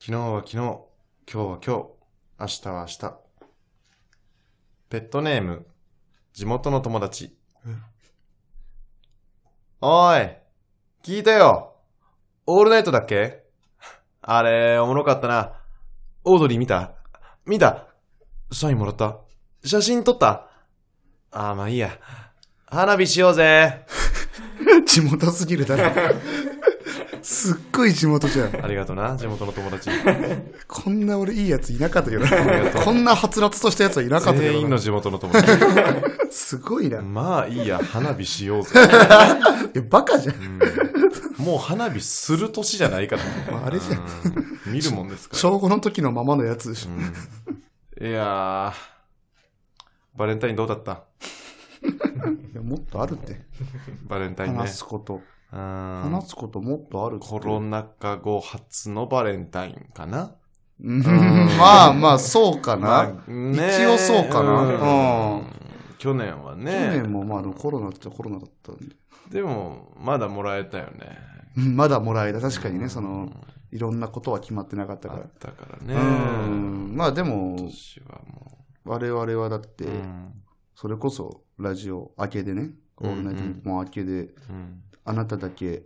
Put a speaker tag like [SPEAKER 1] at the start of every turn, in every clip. [SPEAKER 1] 昨日は昨日、今日は今日、明日は明日。ペットネーム、地元の友達。おい、聞いたよ。オールナイトだっけあれ、おもろかったな。オードリー見た見たサインもらった写真撮ったあー、まあいいや。花火しようぜ。
[SPEAKER 2] 地元すぎるだろ。すっごい地元じゃん。
[SPEAKER 1] ありがとうな、地元の友 達。
[SPEAKER 2] こんな俺いいやついなかったけど
[SPEAKER 1] りが
[SPEAKER 2] な。
[SPEAKER 1] とう
[SPEAKER 2] こんなはつらつとしたやつはいなかったけ
[SPEAKER 1] 全
[SPEAKER 2] ど
[SPEAKER 1] 員
[SPEAKER 2] な
[SPEAKER 1] の。地元の友達。
[SPEAKER 2] すごいな。い
[SPEAKER 1] まあいいや、花火しようぜ。
[SPEAKER 2] や、バカじゃん。
[SPEAKER 1] うんもう花火する年じゃないから、
[SPEAKER 2] まああれじゃん
[SPEAKER 1] うん見るもんですから。
[SPEAKER 2] 小5の時のままのやつでしょ。
[SPEAKER 1] うんいやー、バレンタインどうだった
[SPEAKER 2] いや、もっとあるって。
[SPEAKER 1] バレンタインね
[SPEAKER 2] 話。すこと。
[SPEAKER 1] うん
[SPEAKER 2] 話すこともっとあるって。
[SPEAKER 1] コロナ禍後初のバレンタインかな
[SPEAKER 2] うんまあまあ、そうかな。
[SPEAKER 1] あね
[SPEAKER 2] 一応そうかな
[SPEAKER 1] うん
[SPEAKER 2] うん
[SPEAKER 1] 去年は
[SPEAKER 2] 去
[SPEAKER 1] ね。
[SPEAKER 2] 年もまあ、でもコロナってコロナだったんで。
[SPEAKER 1] でも、まだもらえたよね。
[SPEAKER 2] うんまだもらえた。確かに
[SPEAKER 1] う
[SPEAKER 2] ね、
[SPEAKER 1] ん
[SPEAKER 2] その、いろんなことは決まってなかった
[SPEAKER 1] あ
[SPEAKER 2] か
[SPEAKER 1] ったから
[SPEAKER 2] ら。
[SPEAKER 1] ね。
[SPEAKER 2] うん。まあでも、
[SPEAKER 1] 今年はも
[SPEAKER 2] 我々はだって
[SPEAKER 1] う。、うん
[SPEAKER 2] それこそラジオ明けでね、
[SPEAKER 1] う
[SPEAKER 2] オ
[SPEAKER 1] んうん
[SPEAKER 2] ールナイトニッポン明けで、
[SPEAKER 1] うん
[SPEAKER 2] あなただけ、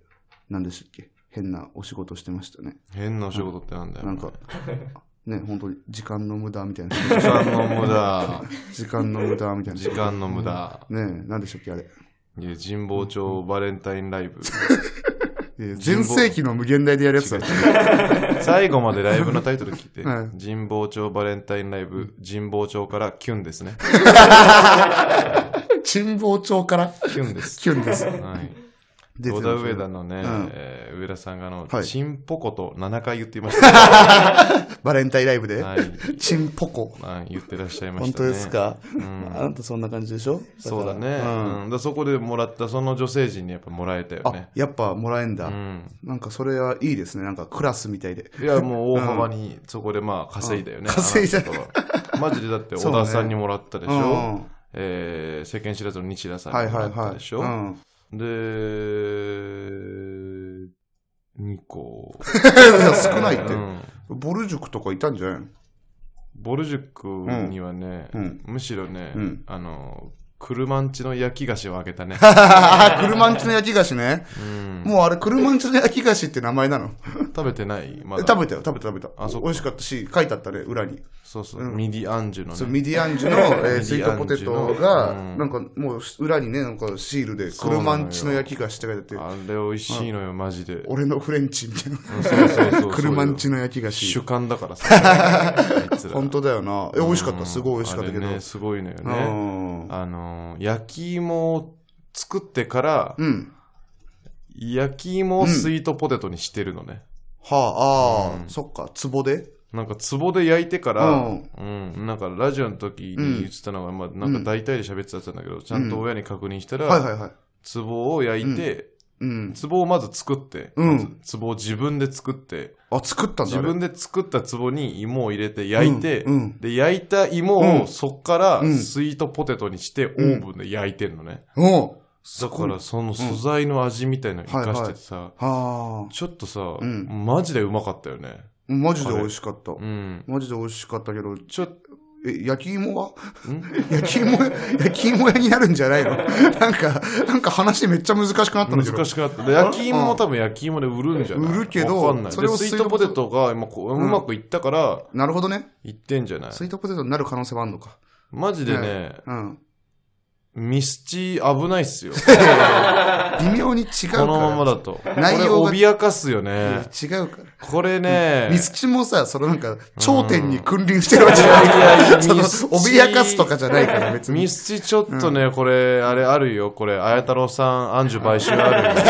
[SPEAKER 2] 何でしたっけ変なお仕事してましたね。
[SPEAKER 1] 変なお仕事ってなんだよ。
[SPEAKER 2] な んか、ね、本当に時間の無駄みたいな。
[SPEAKER 1] 時間の無駄。
[SPEAKER 2] 時間の無駄みたいな。
[SPEAKER 1] 時間の無駄。
[SPEAKER 2] ねえ、何でしたっけあれ。
[SPEAKER 1] いや、神保町バレンタインライブ。
[SPEAKER 2] えー全盛期の無限大でやるやつだ。
[SPEAKER 1] 最後までライブのタイトル聞いて、
[SPEAKER 2] はい
[SPEAKER 1] 神保町バレンタインライブ、神保町からキュンですね。
[SPEAKER 2] 沈望町から、
[SPEAKER 1] キュンです。
[SPEAKER 2] キュ ンです。
[SPEAKER 1] はい。
[SPEAKER 2] 出て
[SPEAKER 1] 小
[SPEAKER 2] る
[SPEAKER 1] 田上田のね、
[SPEAKER 2] ん
[SPEAKER 1] えー上田さんがあの、
[SPEAKER 2] はい
[SPEAKER 1] チンポコと7回言っていました。
[SPEAKER 2] バレンタインライブで、
[SPEAKER 1] はい。
[SPEAKER 2] チンポコ。
[SPEAKER 1] はい言ってらっしゃいま
[SPEAKER 2] 本
[SPEAKER 1] した
[SPEAKER 2] 当
[SPEAKER 1] ね。
[SPEAKER 2] ですか、
[SPEAKER 1] ん
[SPEAKER 2] あなたそんな感じでしょ
[SPEAKER 1] そうだね。
[SPEAKER 2] からうん
[SPEAKER 1] うん、だそこでもらった、その女性陣にやっぱもらえたよ
[SPEAKER 2] あ
[SPEAKER 1] ね。、
[SPEAKER 2] やっぱもらえんだ。
[SPEAKER 1] うん。
[SPEAKER 2] なんかそれはいいですね。なんかクラスみたいで。
[SPEAKER 1] いや、もう大幅に、そこでまあ、稼いだよね。
[SPEAKER 2] うん稼いだ
[SPEAKER 1] あなたはマジでだって、小
[SPEAKER 2] そうね
[SPEAKER 1] 田さんにもらったでしょ。
[SPEAKER 2] うんうん
[SPEAKER 1] えー世間知らずの西田さん
[SPEAKER 2] はい
[SPEAKER 1] にも
[SPEAKER 2] は
[SPEAKER 1] ら
[SPEAKER 2] い
[SPEAKER 1] った
[SPEAKER 2] はい。
[SPEAKER 1] でしょ。
[SPEAKER 2] うん。
[SPEAKER 1] で、2個。
[SPEAKER 2] いや少ないって
[SPEAKER 1] う。ん
[SPEAKER 2] ボル塾とかいたんじゃないの
[SPEAKER 1] ボルジュックにはね、
[SPEAKER 2] うん
[SPEAKER 1] むしろね、
[SPEAKER 2] うん
[SPEAKER 1] あの、車んちの焼き菓子をあげたね。
[SPEAKER 2] ああ、車んちの焼き菓子ね。
[SPEAKER 1] うん
[SPEAKER 2] もうあれ、車んちの焼き菓子って名前なの。
[SPEAKER 1] 食べてないまだ。
[SPEAKER 2] 食べたよ、食べた食べた。
[SPEAKER 1] あそっか
[SPEAKER 2] 美味しかったし、書いてあったね、裏に。
[SPEAKER 1] そうそう、
[SPEAKER 2] うん
[SPEAKER 1] ミディアンジュの
[SPEAKER 2] そう、
[SPEAKER 1] ね。
[SPEAKER 2] ミディアンジュの、えースイートポテトが、なんかもう裏にね、なんかシールで、
[SPEAKER 1] そうなのよ
[SPEAKER 2] 車んちの焼き菓子って書いてあっ
[SPEAKER 1] あ
[SPEAKER 2] て、
[SPEAKER 1] れ美味しいのよ、マジで。
[SPEAKER 2] 俺のフレンチみたいな。
[SPEAKER 1] そうそうそうそう
[SPEAKER 2] 車んちの焼き菓
[SPEAKER 1] 主
[SPEAKER 2] 子。
[SPEAKER 1] 観だから さ。あいつら
[SPEAKER 2] 本当だよな。え、美味しかった。すごい美味しかったけ
[SPEAKER 1] あ
[SPEAKER 2] ど。
[SPEAKER 1] れね、すごいのよ
[SPEAKER 2] う
[SPEAKER 1] ね。
[SPEAKER 2] ん。
[SPEAKER 1] あのー、焼き芋を作ってから、
[SPEAKER 2] うん。
[SPEAKER 1] 焼き芋をスイートポテトにしてるのね。
[SPEAKER 2] はあ、あ
[SPEAKER 1] う
[SPEAKER 2] あ、
[SPEAKER 1] ん
[SPEAKER 2] そっか、壺で
[SPEAKER 1] なんか、壺で焼いてから、
[SPEAKER 2] う
[SPEAKER 1] うん、なんか、ラジオの時に言ってたのは、まあ、なんか大体で喋ってたやつなんだけど、ちゃんと親に確認したら、
[SPEAKER 2] はいはいはい。
[SPEAKER 1] 壺を焼いて、
[SPEAKER 2] うん。
[SPEAKER 1] 壺をまず作って、
[SPEAKER 2] うん。
[SPEAKER 1] 壺を自分で作って、
[SPEAKER 2] あ、作ったんだ。
[SPEAKER 1] 自
[SPEAKER 2] あれ
[SPEAKER 1] 分で作った壺に芋を入れて焼いて、
[SPEAKER 2] うんうん
[SPEAKER 1] で、焼いた芋をそっから
[SPEAKER 2] うん
[SPEAKER 1] スイートポテトにしてオーブンで焼いてんのね。
[SPEAKER 2] おう
[SPEAKER 1] だからその素材の味みたいなの生かしててさ、
[SPEAKER 2] はあ。
[SPEAKER 1] ちょっとさ、
[SPEAKER 2] うん
[SPEAKER 1] マジでうまかったよね。
[SPEAKER 2] マジで美味しかった。
[SPEAKER 1] うん。
[SPEAKER 2] マジで美味しかったけど、
[SPEAKER 1] ちょっ
[SPEAKER 2] え、焼き芋は
[SPEAKER 1] と、ん
[SPEAKER 2] 焼き芋、焼き芋屋になるんじゃないの なんか、なんか話めっちゃ難しくなったんだけど。
[SPEAKER 1] 難しくなった。で焼き芋も多分焼き芋で売るんじゃない
[SPEAKER 2] 売るけど
[SPEAKER 1] わかんない。
[SPEAKER 2] そ
[SPEAKER 1] そ
[SPEAKER 2] れ
[SPEAKER 1] れ
[SPEAKER 2] を
[SPEAKER 1] を
[SPEAKER 2] ス
[SPEAKER 1] ス
[SPEAKER 2] イ
[SPEAKER 1] イ
[SPEAKER 2] ー
[SPEAKER 1] ー
[SPEAKER 2] ト
[SPEAKER 1] ト
[SPEAKER 2] ポ
[SPEAKER 1] ポ
[SPEAKER 2] テ
[SPEAKER 1] テ
[SPEAKER 2] ト
[SPEAKER 1] トが今こううまくいったから、
[SPEAKER 2] なるほどね。
[SPEAKER 1] いってんじゃない
[SPEAKER 2] スイートポテトになる可能性もあるのか。
[SPEAKER 1] マジでね、
[SPEAKER 2] うん。
[SPEAKER 1] ミスチ危ないっす よ。
[SPEAKER 2] 微妙に違うか
[SPEAKER 1] こ
[SPEAKER 2] ら。
[SPEAKER 1] のままだと。これ
[SPEAKER 2] 内容が
[SPEAKER 1] 脅かすよね。
[SPEAKER 2] 違うから。
[SPEAKER 1] これね、
[SPEAKER 2] ミスチもさ、そのなんか、頂点に君臨してるわけじゃないか
[SPEAKER 1] いやいや
[SPEAKER 2] ら、その、
[SPEAKER 1] ミスチ
[SPEAKER 2] 脅かすとかじゃないから、別に
[SPEAKER 1] ミ。スチちょっとね、これ、あれあるよ、これ、綾太郎さん、アンジュ買収あるよ。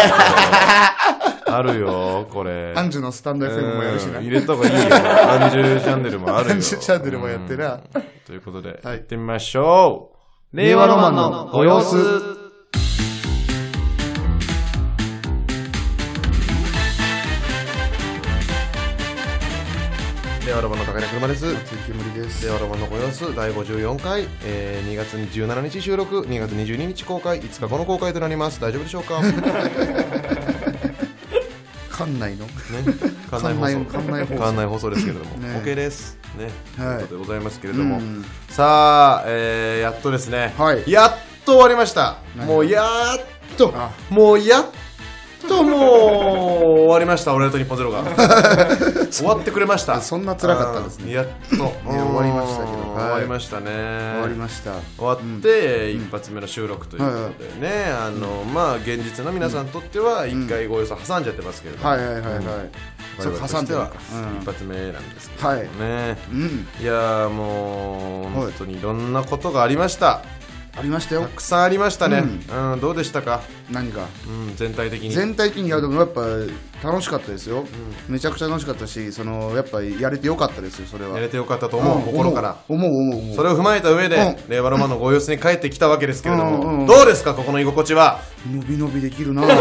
[SPEAKER 1] あるよ、これ。
[SPEAKER 2] アンジュのスタンド FM もやるし
[SPEAKER 1] う
[SPEAKER 2] な。
[SPEAKER 1] ん入れた方がいいよ。アンジュチャンネルもあるよ。
[SPEAKER 2] アンジュチャンネルもやってな
[SPEAKER 1] うん。ということで、
[SPEAKER 2] はい
[SPEAKER 1] 行ってみましょう。令
[SPEAKER 2] 和ロマンのご様子
[SPEAKER 1] 令和ロマンの高根車です。
[SPEAKER 2] 鈴木森です
[SPEAKER 1] 令。和ロマンのご様子第54回、えー、2月17日収録2月22日公開5日後の公開となります大丈夫でしょうか
[SPEAKER 2] 必館内の
[SPEAKER 1] 館内放送
[SPEAKER 2] 館内放送
[SPEAKER 1] 館内放送ですけれども、
[SPEAKER 2] ね
[SPEAKER 1] OK ですね、
[SPEAKER 2] はい
[SPEAKER 1] ということでございますけれども、
[SPEAKER 2] うん
[SPEAKER 1] さあ、えーやっとですね、
[SPEAKER 2] はい
[SPEAKER 1] やっと終わりました
[SPEAKER 2] 何
[SPEAKER 1] もうやっと
[SPEAKER 2] あ
[SPEAKER 1] もうやっともう終わりました「俺と日本ゼロ が終わってくれました
[SPEAKER 2] そんな辛かったですね
[SPEAKER 1] うんやっと、
[SPEAKER 2] 終わりましたけど
[SPEAKER 1] うん
[SPEAKER 2] はい
[SPEAKER 1] 終わりましたね
[SPEAKER 2] 終わりました
[SPEAKER 1] 終わって一発目の収録ということでね、あのまあ現実の皆さんにとっては一回ご予想挟んじゃってますけれども、
[SPEAKER 2] はいはいはいはい
[SPEAKER 1] 我
[SPEAKER 2] そ
[SPEAKER 1] 々
[SPEAKER 2] う
[SPEAKER 1] と
[SPEAKER 2] 挟ん
[SPEAKER 1] し
[SPEAKER 2] で
[SPEAKER 1] て
[SPEAKER 2] るの
[SPEAKER 1] は
[SPEAKER 2] か
[SPEAKER 1] 一発目なんですけ
[SPEAKER 2] うんは
[SPEAKER 1] ど
[SPEAKER 2] い
[SPEAKER 1] ね、
[SPEAKER 2] うん
[SPEAKER 1] い、やーもう
[SPEAKER 2] い
[SPEAKER 1] 本当にいろんなことがありました
[SPEAKER 2] ありましたよ
[SPEAKER 1] たくさんありましたね、うんどうでしたか、
[SPEAKER 2] 何か
[SPEAKER 1] うん、全体的に
[SPEAKER 2] 全体的にいやでもやっぱ楽しかったですよ、めちゃくちゃ楽しかったしそのやっぱりやれてよかったですよそれは
[SPEAKER 1] やれてよかったと思う、
[SPEAKER 2] ん
[SPEAKER 1] 心から
[SPEAKER 2] 思う思う思う
[SPEAKER 1] それを踏まえた上で、
[SPEAKER 2] う
[SPEAKER 1] 令和ロマンのご様子に帰ってきたわけですけれども、
[SPEAKER 2] うんうん
[SPEAKER 1] どうですかここの居心地は
[SPEAKER 2] 伸び伸びでき るな伸び伸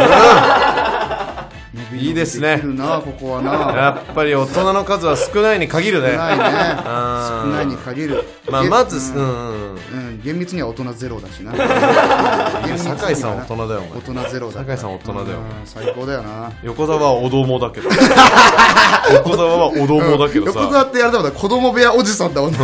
[SPEAKER 2] び
[SPEAKER 1] いいですね
[SPEAKER 2] できるなここはな
[SPEAKER 1] やっぱり大人の数は少ないに限るね
[SPEAKER 2] 少ないね
[SPEAKER 1] あ
[SPEAKER 2] 少
[SPEAKER 1] ー
[SPEAKER 2] ないに限る
[SPEAKER 1] まあ、
[SPEAKER 2] げ
[SPEAKER 1] まず、うんうん、
[SPEAKER 2] うん、厳密には大人ゼロだしな
[SPEAKER 1] 酒井さんは大人だよお前
[SPEAKER 2] 大人ゼロだ
[SPEAKER 1] 酒井さんは大人だよ
[SPEAKER 2] うん最高だよな
[SPEAKER 1] 横澤はおどもだけど 横澤はおどもだけど
[SPEAKER 2] 横
[SPEAKER 1] さ
[SPEAKER 2] 澤ってやれたことは子供部屋おじさんだもんな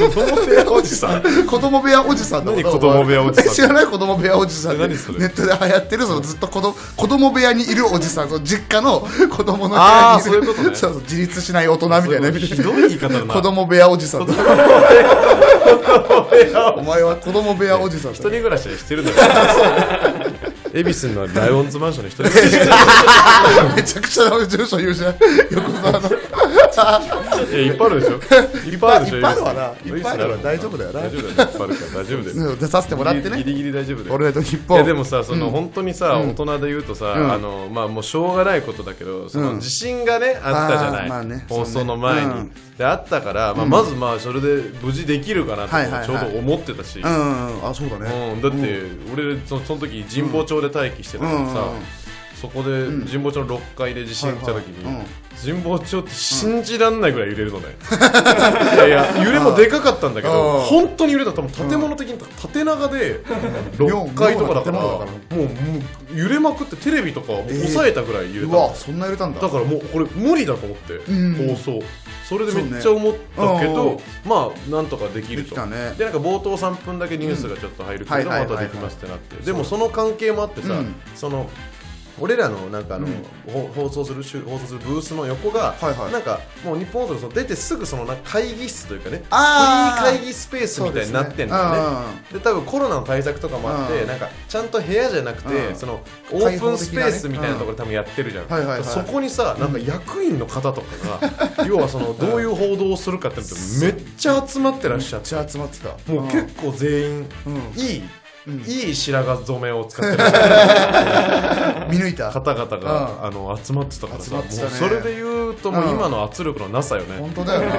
[SPEAKER 1] 子供部屋おじさん
[SPEAKER 2] 子供部屋おじさんだもんな
[SPEAKER 1] 何子供部屋おじさんって
[SPEAKER 2] 知らない子供部屋おじさん
[SPEAKER 1] え何それ
[SPEAKER 2] ネットで流行ってるそのずっと子供子供部屋にいるおじさんその実家の子供の部
[SPEAKER 1] あ
[SPEAKER 2] 屋
[SPEAKER 1] ー
[SPEAKER 2] にいる
[SPEAKER 1] そういうことね
[SPEAKER 2] そうそう自立しない大人みたいな
[SPEAKER 1] ひどい言い方だな
[SPEAKER 2] 子供部屋おじさんだお前は子供部屋おじさんだ
[SPEAKER 1] 一人暮らしして るんだから恵比寿のライオンズマンションの一人暮らし
[SPEAKER 2] めちゃくちゃな住所言うしな横澤の
[SPEAKER 1] いやいっぱいあるでしょいっぱいあるでしょ
[SPEAKER 2] いっぱいあるわな
[SPEAKER 1] 恵比寿
[SPEAKER 2] いっぱいあるわ大丈夫だよな
[SPEAKER 1] 大丈夫だよいっぱいあるから大丈夫だよ
[SPEAKER 2] 出させてもらって
[SPEAKER 1] ギ
[SPEAKER 2] ね
[SPEAKER 1] リギリ大丈夫だよ
[SPEAKER 2] 俺らと日
[SPEAKER 1] い
[SPEAKER 2] 本
[SPEAKER 1] やでもさその、本当にさ、大人で言うとさ、
[SPEAKER 2] ん
[SPEAKER 1] あのまあもうしょうがないことだけどその
[SPEAKER 2] うん
[SPEAKER 1] 自信がね、あったじゃない、
[SPEAKER 2] あーまあね
[SPEAKER 1] 放送の前に、
[SPEAKER 2] そうね
[SPEAKER 1] であったから、まあ、まずまあそれで無事できるかな
[SPEAKER 2] はいはいは
[SPEAKER 1] と
[SPEAKER 2] い
[SPEAKER 1] ちょうど思ってたし、
[SPEAKER 2] うんうんうんあそうだね
[SPEAKER 1] うんだって俺そのその時神保町で待機してたからさ、
[SPEAKER 2] うんうんうん
[SPEAKER 1] そこで神保町の6階で地震来た時に、
[SPEAKER 2] はいはいうん
[SPEAKER 1] 神保町って信じらんないぐらい揺れるのね、 いやいや揺れもでかかったんだけど
[SPEAKER 2] うん
[SPEAKER 1] 本当に揺れた多分建物的に縦長で6階とかだから
[SPEAKER 2] 妙な建物
[SPEAKER 1] も
[SPEAKER 2] だか
[SPEAKER 1] うもう揺れまくってテレビとかもう抑えたぐらい揺れ
[SPEAKER 2] う
[SPEAKER 1] たの、
[SPEAKER 2] わそんな揺れたんだ
[SPEAKER 1] だからもうこれ無理だと思って、放
[SPEAKER 2] ん
[SPEAKER 1] 送それでめっちゃ思ったけ
[SPEAKER 2] そう
[SPEAKER 1] ど、
[SPEAKER 2] ね
[SPEAKER 1] まあなんとかできる
[SPEAKER 2] で
[SPEAKER 1] と
[SPEAKER 2] きたね
[SPEAKER 1] でなんか冒頭3分だけニュースがちょっと入るけ
[SPEAKER 2] うん
[SPEAKER 1] ど
[SPEAKER 2] はい
[SPEAKER 1] ま
[SPEAKER 2] はいはい
[SPEAKER 1] た
[SPEAKER 2] はい
[SPEAKER 1] できますってなってでもその関係もあってさ、
[SPEAKER 2] うん
[SPEAKER 1] その俺らのなんかあの、ほ放送するしゅ放送するブースの横が、
[SPEAKER 2] はいはい
[SPEAKER 1] なんかもう日本放送の出てすぐそのなんか会議室というかね
[SPEAKER 2] あー
[SPEAKER 1] フリー会議スペースみたいになってんだよね
[SPEAKER 2] そうです
[SPEAKER 1] で
[SPEAKER 2] ね
[SPEAKER 1] 多分コロナの対策とかもあって、
[SPEAKER 2] うん
[SPEAKER 1] なんかちゃんと部屋じゃなくて、
[SPEAKER 2] うん
[SPEAKER 1] そのオープンスペースみたいなところで多
[SPEAKER 2] 開放的なね
[SPEAKER 1] 分やってるじゃん、
[SPEAKER 2] はいはいはい
[SPEAKER 1] そこにさなんか役員の方とか が要はそのどういう報道をするかってのってめっちゃ集まってらっしゃっ
[SPEAKER 2] めってちゃ集まってた
[SPEAKER 1] もう結構全員、
[SPEAKER 2] うん
[SPEAKER 1] いい、
[SPEAKER 2] うん
[SPEAKER 1] いい白髪染めを使ってる
[SPEAKER 2] 見抜いた
[SPEAKER 1] 方々が、
[SPEAKER 2] う
[SPEAKER 1] あの集まってたからさ
[SPEAKER 2] 集まってたね
[SPEAKER 1] もうそれで言うともう今の圧力のなさよね、
[SPEAKER 2] 本当だよな
[SPEAKER 1] だ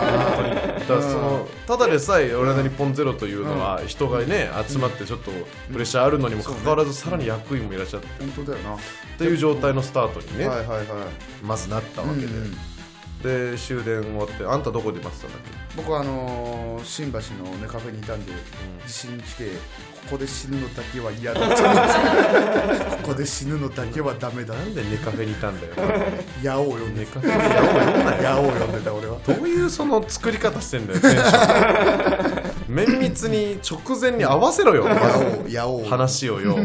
[SPEAKER 1] からそのただでさえ「俺の日本ゼロというのは人がね集まってちょっとプレッシャーあるのにもかかわらずさらに役員もいらっしゃって
[SPEAKER 2] 本当だよな
[SPEAKER 1] っていう状態のスタートにね
[SPEAKER 2] はいはいは
[SPEAKER 1] まずなったわ
[SPEAKER 2] い、
[SPEAKER 1] けでで終電終わって「あんたどこで待ってたんだっけ?
[SPEAKER 2] 僕はあのー新橋の、ね、カフェにいたんで、地震来てここで死ぬのだけは嫌 だと思ってここで死ぬのだけはダメだ」
[SPEAKER 1] なんでネカフェにいたん だよ
[SPEAKER 2] 矢を呼んで
[SPEAKER 1] ネ
[SPEAKER 2] た
[SPEAKER 1] カフェに
[SPEAKER 2] 矢を呼んでた俺は
[SPEAKER 1] どういうその作り方してんだよテンション綿密に直前に合わせろよ
[SPEAKER 2] 矢を矢を
[SPEAKER 1] 話をよ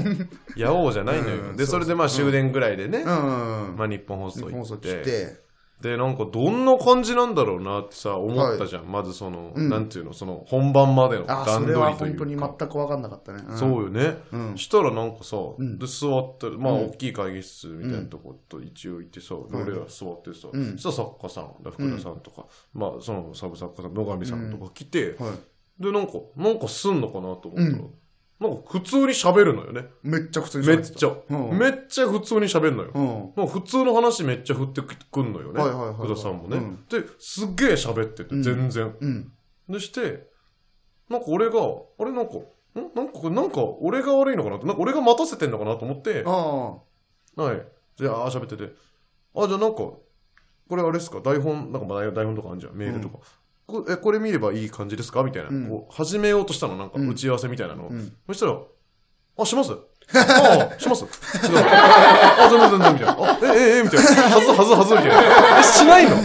[SPEAKER 1] やおうじゃないのよ、
[SPEAKER 2] うん
[SPEAKER 1] でそれでまあ終電ぐらいでね、
[SPEAKER 2] うんうん
[SPEAKER 1] まあ、日本放送行
[SPEAKER 2] 放
[SPEAKER 1] っ
[SPEAKER 2] 送
[SPEAKER 1] て
[SPEAKER 2] 来て
[SPEAKER 1] でなんかどんな感じなんだろうなってさ思ったじゃん、まずその、
[SPEAKER 2] うん
[SPEAKER 1] なんていうのその本番までの
[SPEAKER 2] あ
[SPEAKER 1] 段
[SPEAKER 2] そ
[SPEAKER 1] 取
[SPEAKER 2] れ
[SPEAKER 1] り
[SPEAKER 2] は
[SPEAKER 1] とい
[SPEAKER 2] 本当に
[SPEAKER 1] う
[SPEAKER 2] 全
[SPEAKER 1] か
[SPEAKER 2] く分かんなかったね、ん
[SPEAKER 1] そうよね、
[SPEAKER 2] うん
[SPEAKER 1] したらなんかさ、
[SPEAKER 2] ん
[SPEAKER 1] で座ってまあ
[SPEAKER 2] うん
[SPEAKER 1] 大きい会議室みたいなとこと一応行ってさ、で俺ら座ってさ、
[SPEAKER 2] うん
[SPEAKER 1] そしたら作家さんだ福田さんとか、まあそのサブ作家さん野上さんとか来て、
[SPEAKER 2] はい、
[SPEAKER 1] でなんかなんかすんのかなと思ったら、
[SPEAKER 2] うん
[SPEAKER 1] なんか普通に喋るのよね
[SPEAKER 2] めっちゃ普通に
[SPEAKER 1] めっちゃ、
[SPEAKER 2] うん
[SPEAKER 1] めっちゃ普通に喋んのよ、
[SPEAKER 2] うん
[SPEAKER 1] もう普通の話めっちゃ振ってくんのよね、
[SPEAKER 2] はいはいはいはい
[SPEAKER 1] 福田さんもね、
[SPEAKER 2] うん
[SPEAKER 1] ですっげえ喋ってて
[SPEAKER 2] ん
[SPEAKER 1] 全然、
[SPEAKER 2] うん
[SPEAKER 1] でしてなんか俺があれなんかんなんかこれなんか俺が悪いのかなってなんか俺が待たせてんのかなと思って
[SPEAKER 2] ああ
[SPEAKER 1] はいじゃああー喋っててあじゃあなんかこれあれですか台本なんかまあ台本とかあるじゃんメールとか、こえこれ見ればいい感じですかみたいな、
[SPEAKER 2] うん
[SPEAKER 1] こう始めようとしたのなんか
[SPEAKER 2] うん
[SPEAKER 1] 打ち合わせみたいなの、
[SPEAKER 2] うん
[SPEAKER 1] そしたら「あします?」ああ、します。違う。あ、全然全然、みたいな。あ、え、え、え、みたいな。はずはずはず、みたいな。え、しないの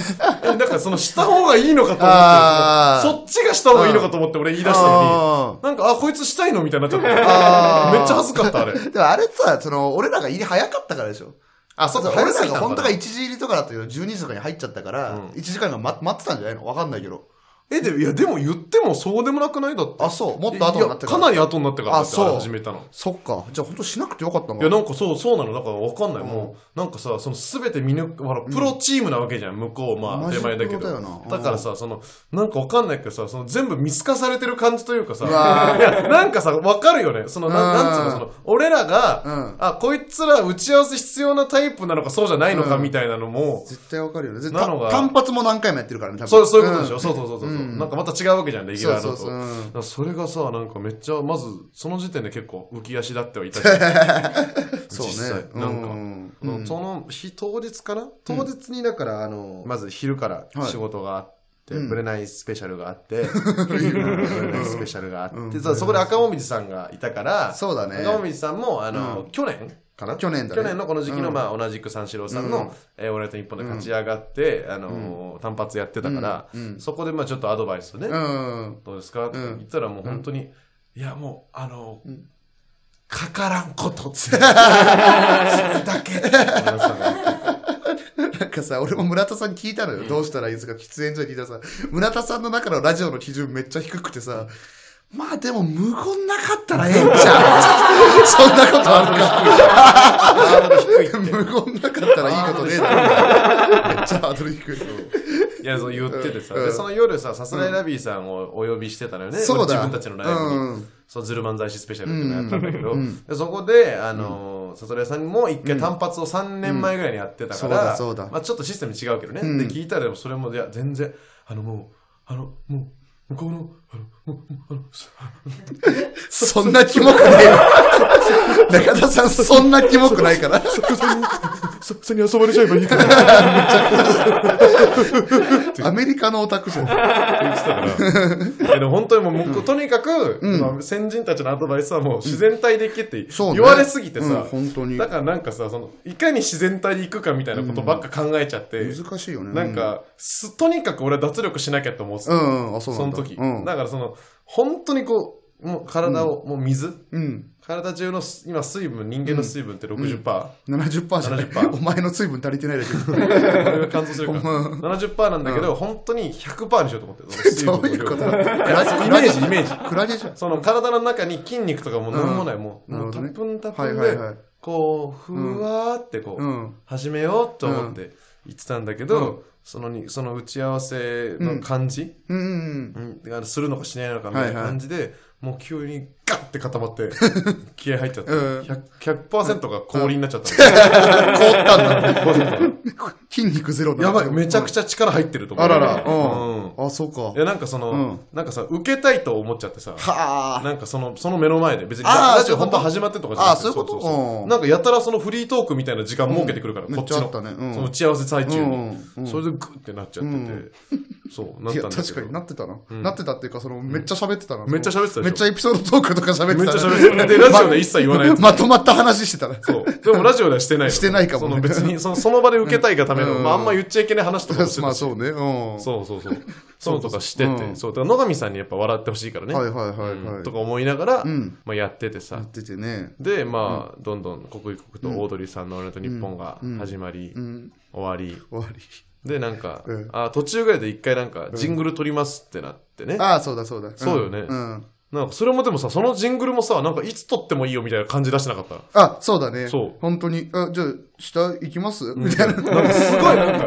[SPEAKER 1] え、だからその、した方がいいのかと
[SPEAKER 2] あー
[SPEAKER 1] 思って、そっちがした方がいいのかと思って俺言い出したの
[SPEAKER 2] あ
[SPEAKER 1] に、なんか、あ、こいつしたいのみたいになっちゃった。
[SPEAKER 2] あー
[SPEAKER 1] めっちゃ恥ずかった、あれ。
[SPEAKER 2] ーでもあれさ、その、俺らが入り早かったからでしょ。
[SPEAKER 1] あ、
[SPEAKER 2] そ
[SPEAKER 1] そうっ
[SPEAKER 2] そ
[SPEAKER 1] か、
[SPEAKER 2] う、俺
[SPEAKER 1] す
[SPEAKER 2] ら
[SPEAKER 1] ぎ
[SPEAKER 2] が
[SPEAKER 1] た
[SPEAKER 2] 本
[SPEAKER 1] ん
[SPEAKER 2] 当
[SPEAKER 1] だ
[SPEAKER 2] は1時入りとかだったけど、12時とかに入っちゃったから、
[SPEAKER 1] うん
[SPEAKER 2] 1時間がま待ってたんじゃないのわかんないけど。
[SPEAKER 1] え、で、いや、でも言ってもそうでもなくないだって。
[SPEAKER 2] あ、そう。もっと後になって
[SPEAKER 1] いや
[SPEAKER 2] か。
[SPEAKER 1] からなり後になってからだって、
[SPEAKER 2] あそう
[SPEAKER 1] あれ始めたの。
[SPEAKER 2] そっか。じゃあ本当しなくてよかったの
[SPEAKER 1] い
[SPEAKER 2] か
[SPEAKER 1] や、なんかそう、そうなの。なんかわかんない。
[SPEAKER 2] うん
[SPEAKER 1] もう、なんかさ、その全て見抜く、ほら、プロチームなわけじゃん。向こう、まあ、
[SPEAKER 2] マジ
[SPEAKER 1] 手前だけ
[SPEAKER 2] プ
[SPEAKER 1] ど。
[SPEAKER 2] ロだよなうん
[SPEAKER 1] だからさ、その、なんかわかんないけどさ、その全部見透かされてる感じというかさ、
[SPEAKER 2] うわー
[SPEAKER 1] いや、 なんかさ、わかるよね。その、な
[SPEAKER 2] う
[SPEAKER 1] ん
[SPEAKER 2] ん
[SPEAKER 1] なんつうの、その、俺らが、
[SPEAKER 2] うん
[SPEAKER 1] あ、こいつら打ち合わせ必要なタイプなのかそうじゃないのか
[SPEAKER 2] うん
[SPEAKER 1] みたいなのも、
[SPEAKER 2] 絶対わかるよね。絶
[SPEAKER 1] なのが
[SPEAKER 2] 単発も何回もやってるからね、多分
[SPEAKER 1] そうそういうことでしょ、
[SPEAKER 2] ん
[SPEAKER 1] そうそうそうそう、
[SPEAKER 2] うん
[SPEAKER 1] なんかまた違うわけじゃん、レギュ
[SPEAKER 2] そ
[SPEAKER 1] ラ
[SPEAKER 2] う
[SPEAKER 1] ーだ
[SPEAKER 2] そ
[SPEAKER 1] と。
[SPEAKER 2] うそう。う
[SPEAKER 1] だ
[SPEAKER 2] ん
[SPEAKER 1] からそれがさなんかめっちゃまずその時点で結構浮き足だって はいたけ
[SPEAKER 2] そうね
[SPEAKER 1] 実際。なんか
[SPEAKER 2] うん
[SPEAKER 1] ど、
[SPEAKER 2] うん
[SPEAKER 1] その日当日かな当日にだからあの、まず昼から
[SPEAKER 2] はい
[SPEAKER 1] 仕事があって、
[SPEAKER 2] うん
[SPEAKER 1] ブレないスペシャルがあ って、ブレないスペシャルがあって、
[SPEAKER 2] うん
[SPEAKER 1] そうそこで赤もみじさんがいたから、
[SPEAKER 2] そうだね。
[SPEAKER 1] 赤もみじさんもあの、
[SPEAKER 2] う
[SPEAKER 1] 去年かな
[SPEAKER 2] 去年だね
[SPEAKER 1] 去年のこの時期の、
[SPEAKER 2] うん
[SPEAKER 1] まあ、同じく三四郎さんの「
[SPEAKER 2] うん
[SPEAKER 1] えー、オールナイトニッポン」で勝ち上がって、あの単発やってたから、
[SPEAKER 2] うんうん
[SPEAKER 1] そこでまあちょっとアドバイスをね、
[SPEAKER 2] うん。
[SPEAKER 1] どうですか、って言ったらもう本当に、いやもう、あの、
[SPEAKER 2] うん
[SPEAKER 1] かからんこと っつって。それだけって思いましたね。
[SPEAKER 2] なんかさ、俺も村田さんに聞いたのよ。どうしたらいいですか喫煙所に聞いたらさ、村田さんの中のラジオの基準めっちゃ低くてさ、まあでも無言なかったらええんちゃ うそんなことあるか。
[SPEAKER 1] ハードル低いって
[SPEAKER 2] 無言なかったらいいことねえだろ。めっちゃハードル低い。
[SPEAKER 1] いや、そう言っててさ、
[SPEAKER 2] うん
[SPEAKER 1] で、その夜さ、さすらいラビーさんをお呼びしてたのよね。
[SPEAKER 2] そうだ。
[SPEAKER 1] 自分たちのライブに。
[SPEAKER 2] うん
[SPEAKER 1] そのズル漫才師スペシャルっていうのやったんだけど、
[SPEAKER 2] うんうん
[SPEAKER 1] でそこで、あのーさそらいさんも一回単発を3年前ぐらいにやってたから、
[SPEAKER 2] うんそうだそうだ
[SPEAKER 1] まあ、ちょっとシステム違うけどね、
[SPEAKER 2] うん
[SPEAKER 1] で聞いたらでもそれもいや全然あのもうあのもう向こうのあのもうもうあの
[SPEAKER 2] そんなキモくないよ。 中田さん、そんなキモくないから。
[SPEAKER 1] そ、それに遊ばれちゃえばいいって言
[SPEAKER 2] アメリカのオタクじゃん。
[SPEAKER 1] ってた から。でも本当にもうもう、とにかく、
[SPEAKER 2] うん
[SPEAKER 1] まあ先人たちのアドバイスはもう自然体でいけって
[SPEAKER 2] そうね
[SPEAKER 1] 言われすぎてさ、
[SPEAKER 2] うん本当に。
[SPEAKER 1] だからなんかさ、その、いかに自然体でいくかみたいなことばっか考えちゃって、
[SPEAKER 2] 難しいよね。
[SPEAKER 1] なんか、す、とにかく俺は脱力しなきゃと思って
[SPEAKER 2] う
[SPEAKER 1] た、
[SPEAKER 2] ん、うん、あ、そうな
[SPEAKER 1] そ
[SPEAKER 2] ん
[SPEAKER 1] の
[SPEAKER 2] だ。
[SPEAKER 1] 時、
[SPEAKER 2] うん。
[SPEAKER 1] だからその、本当にこう、もう体を、もう水
[SPEAKER 2] うん。
[SPEAKER 1] 体中のす今水分、人間の水分って60%、ー
[SPEAKER 2] 70%じゃない。
[SPEAKER 1] 70%
[SPEAKER 2] お前の水分足りてないだけ。
[SPEAKER 1] 俺が乾燥するから。70%なんだけど、本当に100%にしようと思ってる。 水分の
[SPEAKER 2] どう
[SPEAKER 1] 量
[SPEAKER 2] いうこと
[SPEAKER 1] イメージ、イメージ。
[SPEAKER 2] クラゲじゃん。
[SPEAKER 1] その体の中に筋肉とかも何もない、もう、
[SPEAKER 2] なる
[SPEAKER 1] も
[SPEAKER 2] ほ
[SPEAKER 1] う
[SPEAKER 2] ど
[SPEAKER 1] た
[SPEAKER 2] ね
[SPEAKER 1] っぷんたっ
[SPEAKER 2] は
[SPEAKER 1] ぷ
[SPEAKER 2] い
[SPEAKER 1] ん
[SPEAKER 2] はい
[SPEAKER 1] で、
[SPEAKER 2] はい。
[SPEAKER 1] こう、ふわーってこう、
[SPEAKER 2] うん。
[SPEAKER 1] 始めようと思って言ってたんだけど、そのに、その打ち合わせの感じ、
[SPEAKER 2] うんうん
[SPEAKER 1] うんあのするのかしないのかみたいな感じで、もう急にガッて固ま って、気合入っちゃって、
[SPEAKER 2] うん
[SPEAKER 1] 100%, 100が氷になっちゃった。
[SPEAKER 2] うん。凍った んだ。筋肉ゼロ
[SPEAKER 1] やばい、めちゃく
[SPEAKER 2] ち
[SPEAKER 1] ちゃ力入ってると思
[SPEAKER 2] あ
[SPEAKER 1] う。
[SPEAKER 2] らら。
[SPEAKER 1] うん。
[SPEAKER 2] うん。あ、そうか
[SPEAKER 1] い。や、なんかその、
[SPEAKER 2] うん
[SPEAKER 1] なんかさ、受けたいと思っちゃってさ、
[SPEAKER 2] はあ。
[SPEAKER 1] なんかその、その目の前で、別に
[SPEAKER 2] あー
[SPEAKER 1] ラジオ
[SPEAKER 2] そういう
[SPEAKER 1] 本
[SPEAKER 2] こと
[SPEAKER 1] 当始まってとかじゃなくて
[SPEAKER 2] あーそういうこ
[SPEAKER 1] そ
[SPEAKER 2] と
[SPEAKER 1] そう
[SPEAKER 2] うん
[SPEAKER 1] なんかやたらそのフリートークみたいな時間設けてくるから、
[SPEAKER 2] うん
[SPEAKER 1] こっち
[SPEAKER 2] め
[SPEAKER 1] の。
[SPEAKER 2] っちゃあったねうん
[SPEAKER 1] その打ち合わせ最中に。
[SPEAKER 2] うんうん
[SPEAKER 1] それでグッてなっちゃってて、
[SPEAKER 2] うん
[SPEAKER 1] そう、なっ
[SPEAKER 2] い
[SPEAKER 1] た
[SPEAKER 2] や、
[SPEAKER 1] んだけど。
[SPEAKER 2] 確かになってたな。
[SPEAKER 1] ん
[SPEAKER 2] なってたっていうか、その、めっちゃ喋ってたな。
[SPEAKER 1] めっちゃ喋ってたでしょ
[SPEAKER 2] めっちゃエピソードトークとか喋ってたね。
[SPEAKER 1] めっちゃ喋ってた。で、ラジオで一切言わないやつ。
[SPEAKER 2] まとまった話してたな。
[SPEAKER 1] そう。でもラジオではしてないの。
[SPEAKER 2] して ないかも
[SPEAKER 1] そ
[SPEAKER 2] ね
[SPEAKER 1] の別に、その その場で受けたいがための、
[SPEAKER 2] うん
[SPEAKER 1] まああんま言っちゃいけない話とかもして
[SPEAKER 2] ま
[SPEAKER 1] た
[SPEAKER 2] あ
[SPEAKER 1] し
[SPEAKER 2] そうね。うん。
[SPEAKER 1] そうそうそう。そうとかして
[SPEAKER 2] そうそうう
[SPEAKER 1] て、
[SPEAKER 2] ん
[SPEAKER 1] そう。だから野上さんにやっぱ笑ってほしいからね。
[SPEAKER 2] はいはいはいは
[SPEAKER 1] うん
[SPEAKER 2] い。
[SPEAKER 1] とか思いながら、
[SPEAKER 2] うん
[SPEAKER 1] まあやっててさ。
[SPEAKER 2] やっててね。
[SPEAKER 1] でまあ、どんどん刻一刻とオードリーさんの「オールナイトニッポン」が始まり、
[SPEAKER 2] うん。
[SPEAKER 1] 終わり
[SPEAKER 2] 終わり。
[SPEAKER 1] でなんか、
[SPEAKER 2] うん
[SPEAKER 1] あ途中ぐらいで一回なんかジングル撮りますってなってね、
[SPEAKER 2] ああ、そうだそうだ。
[SPEAKER 1] そうよね
[SPEAKER 2] うん。
[SPEAKER 1] なんかそれもでもさそのジングルもさなんかいつ撮ってもいいよみたいな感じ出してなかった
[SPEAKER 2] あ、そうだね。
[SPEAKER 1] そう
[SPEAKER 2] 本当に。あ、じゃあ、下行きますみたいな。
[SPEAKER 1] なんかすごいなん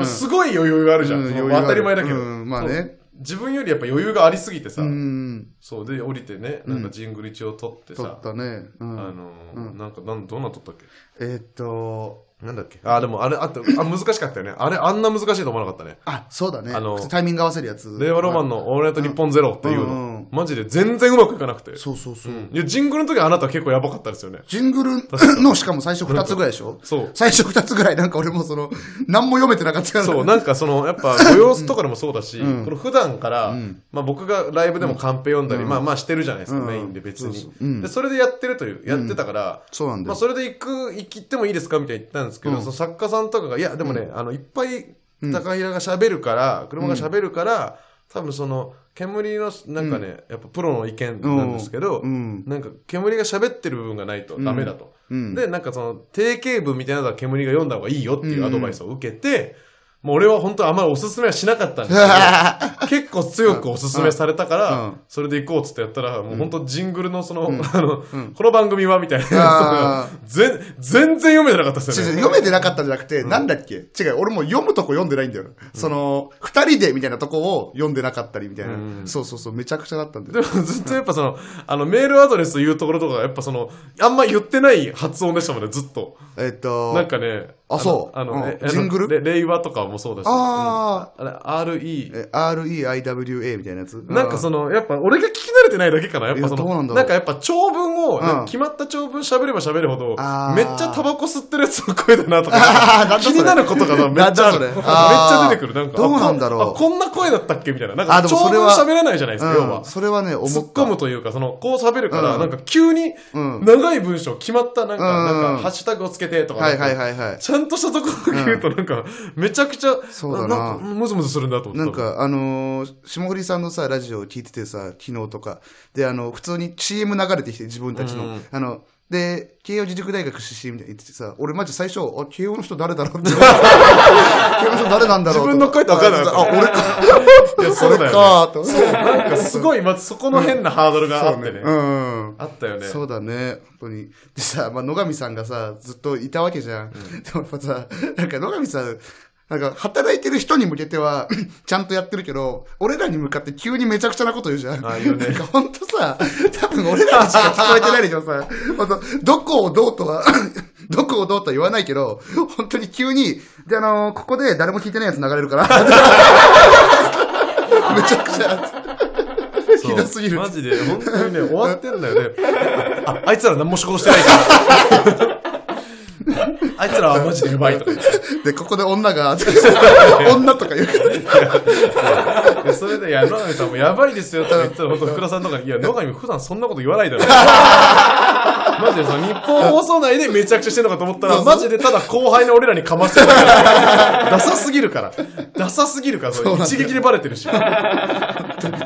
[SPEAKER 1] か、すごい余裕があるじゃん、
[SPEAKER 2] うん
[SPEAKER 1] その
[SPEAKER 2] 余裕ある
[SPEAKER 1] 当たり前だけど、
[SPEAKER 2] うんまあね
[SPEAKER 1] そう自分よりやっぱ余裕がありすぎてさ、
[SPEAKER 2] うん。
[SPEAKER 1] そうで降りてねなんかジングル一応撮って
[SPEAKER 2] 撮
[SPEAKER 1] さ
[SPEAKER 2] っ、たね。う
[SPEAKER 1] あ
[SPEAKER 2] ん。
[SPEAKER 1] のーなんかなんどんな撮ったっけ
[SPEAKER 2] えーっと、
[SPEAKER 1] なんだっけあ、でもあれ、あった、あ、難しかったよね。あれ、あんな難しいと思わなかったね。
[SPEAKER 2] あ、そうだね。
[SPEAKER 1] あの
[SPEAKER 2] タイミング合わせるやつ。
[SPEAKER 1] 令和ロマン
[SPEAKER 2] の。
[SPEAKER 1] のオールナイト日本ゼロっていう
[SPEAKER 2] うんう
[SPEAKER 1] の
[SPEAKER 2] ん。
[SPEAKER 1] マジで全然うまくいかなくて。
[SPEAKER 2] そうそうそう。
[SPEAKER 1] うんいや、ジングルの時あなたは結構やばかったですよね。
[SPEAKER 2] ジングル の、しかも最初二つぐらいでしょ
[SPEAKER 1] そう
[SPEAKER 2] 最初二つぐらい、なんか俺もその、何も読めてなかったから。
[SPEAKER 1] そう、なんかその、やっぱ、ご様子とかでもそうだし、この普段から、まあ僕がライブでもカンペ読んだり、まあまあしてるじゃないですか、
[SPEAKER 2] うん
[SPEAKER 1] メインで別
[SPEAKER 2] そうそうう
[SPEAKER 1] に。
[SPEAKER 2] ん
[SPEAKER 1] で、それでやってるという、やってたから、
[SPEAKER 2] そうなんだ
[SPEAKER 1] まあ
[SPEAKER 2] よ。
[SPEAKER 1] それで行く、行きってもいいですかみたいに言ったんですけど、
[SPEAKER 2] うん
[SPEAKER 1] その作家さんとかが、いや、でもね、あの、いっぱい高平が喋るから、車が喋るから、多分その、煙の、なんかね、やっぱプロの意見なんですけど、
[SPEAKER 2] うん。
[SPEAKER 1] なんか煙が喋ってる部分がないとダメだと。
[SPEAKER 2] うん。
[SPEAKER 1] で、なんかその、定型文みたいなのは煙が読んだ方がいいよっていうアドバイスを受けて、もう俺は本当あんまりおすすめはしなかったんですけど、結構強くおすすめされたか
[SPEAKER 2] う
[SPEAKER 1] ら
[SPEAKER 2] ん、
[SPEAKER 1] それで行こうっつってやったら、もう本当ジングルのその、
[SPEAKER 2] ん
[SPEAKER 1] あの、
[SPEAKER 2] ん
[SPEAKER 1] この番組はみたいなやつが
[SPEAKER 2] あ、
[SPEAKER 1] 全、全然読めてなかったです
[SPEAKER 2] 違う
[SPEAKER 1] よ
[SPEAKER 2] 違う
[SPEAKER 1] ね。
[SPEAKER 2] 読めてなかったんじゃなくて、なんだっけ違う、俺もう読むとこ読んでないんだよ。その、二人でみたいなとこを読んでなかったりみたいな。
[SPEAKER 1] うん
[SPEAKER 2] そうそうそう、めちゃくちゃだったんだ
[SPEAKER 1] で
[SPEAKER 2] よ。
[SPEAKER 1] もずっとやっぱその、あの、メールアドレス言うところとか、やっぱその、あんま言ってない発音でしたもんね、ずっと。
[SPEAKER 2] えっと、
[SPEAKER 1] なんかね、
[SPEAKER 2] あそう
[SPEAKER 1] あの、
[SPEAKER 2] う
[SPEAKER 1] あ
[SPEAKER 2] ん
[SPEAKER 1] のえあの
[SPEAKER 2] ジングル
[SPEAKER 1] れ令和とかもそうだし。
[SPEAKER 2] あ
[SPEAKER 1] うんあれ、RE。
[SPEAKER 2] え REIWA みたいなやつ
[SPEAKER 1] なんか
[SPEAKER 2] の、
[SPEAKER 1] その、やっぱ俺が聞き慣れてないだけかな。やっぱそ
[SPEAKER 2] いやどう
[SPEAKER 1] の、
[SPEAKER 2] なん
[SPEAKER 1] な
[SPEAKER 2] だろうん
[SPEAKER 1] かやっぱ長文を、
[SPEAKER 2] うん
[SPEAKER 1] 決まった長文喋れば喋るほど、めっち
[SPEAKER 2] あー
[SPEAKER 1] ゃタバコ吸ってるやつの声だなとか
[SPEAKER 2] あーなんだ、
[SPEAKER 1] 気
[SPEAKER 2] それ
[SPEAKER 1] になることがなめっちゃある。
[SPEAKER 2] なんだそれ
[SPEAKER 1] めっちゃ
[SPEAKER 2] あー
[SPEAKER 1] 出てくる。なんか、
[SPEAKER 2] どうなんだろう
[SPEAKER 1] あこあこんな声だったっけみたいな。なんか
[SPEAKER 2] あでも
[SPEAKER 1] 長
[SPEAKER 2] それ
[SPEAKER 1] 文
[SPEAKER 2] は
[SPEAKER 1] 喋れないじゃないですか、要
[SPEAKER 2] う
[SPEAKER 1] は
[SPEAKER 2] ん、。それはね、思った。
[SPEAKER 1] 突っ込むというか、その、こう喋るから、
[SPEAKER 2] うん
[SPEAKER 1] なんか急に
[SPEAKER 2] うん
[SPEAKER 1] 長い文章決まった、なんか、
[SPEAKER 2] うん
[SPEAKER 1] なんか、ハッシュタグをつけてとか、
[SPEAKER 2] はいはい
[SPEAKER 1] なんか
[SPEAKER 2] はいはい。
[SPEAKER 1] ちゃんとしたところを言うと、なんか、めちゃくちゃ、
[SPEAKER 2] そうだ
[SPEAKER 1] な
[SPEAKER 2] なん
[SPEAKER 1] か、ムズムズするんだと思った。
[SPEAKER 2] なんか、あのー霜降りさんのさ、ラジオを聞いててさ、昨日とか。で、あの、普通に CM 流れてきて、自分たちの。
[SPEAKER 1] うん
[SPEAKER 2] あの、で、慶応義塾大学出身みたいに言っててさ、俺マジ最初、あ、慶応の人誰だろ うって。慶応の人誰なんだろう
[SPEAKER 1] 自分の声と分かんなかった
[SPEAKER 2] あ、俺か。
[SPEAKER 1] いや、そ
[SPEAKER 2] そうれ
[SPEAKER 1] だよね
[SPEAKER 2] か、と。そう。
[SPEAKER 1] なんかすごい、まずそこの変なハードルがあってね。
[SPEAKER 2] うん。
[SPEAKER 1] あったよね。
[SPEAKER 2] そうだね、本当に。でさ、まあ、野上さんがさ、ずっといたわけじゃん。でもやっぱさ、なんか野上さん、なんか働いてる人に向けては、 ちゃんとやってるけど、俺らに向かって急にめちゃくちゃなこと言うじゃん。
[SPEAKER 1] あ言うね
[SPEAKER 2] なんかほんとさ、多分俺らにしか聞こえてないでしょさ、ほんとどこをどうとは、 どこをどうとは言わないけど、本当に急に、で、あのーここで誰も聞いてないやつ流れ るから。めちゃくちゃ、
[SPEAKER 1] そう
[SPEAKER 2] ひどすぎる
[SPEAKER 1] マジで、本当にね、終わってんだよね。あ、あいつら何も仕事してないから。あいつらはマジでやばいとか言って
[SPEAKER 2] で、ここで女 が、女とか言うから。
[SPEAKER 1] いやそれで、いや、野上さんもやばいですよとか言ったら、本当福田さんとかに、いや、野上普段そんなこと言わないだろ。マジでその日本放送内でめちゃくちゃしてんのかと思ったら、マジでただ後輩の俺らにかましてるだけダサすぎるから。ダサすぎるから、それ一撃でバレてるし。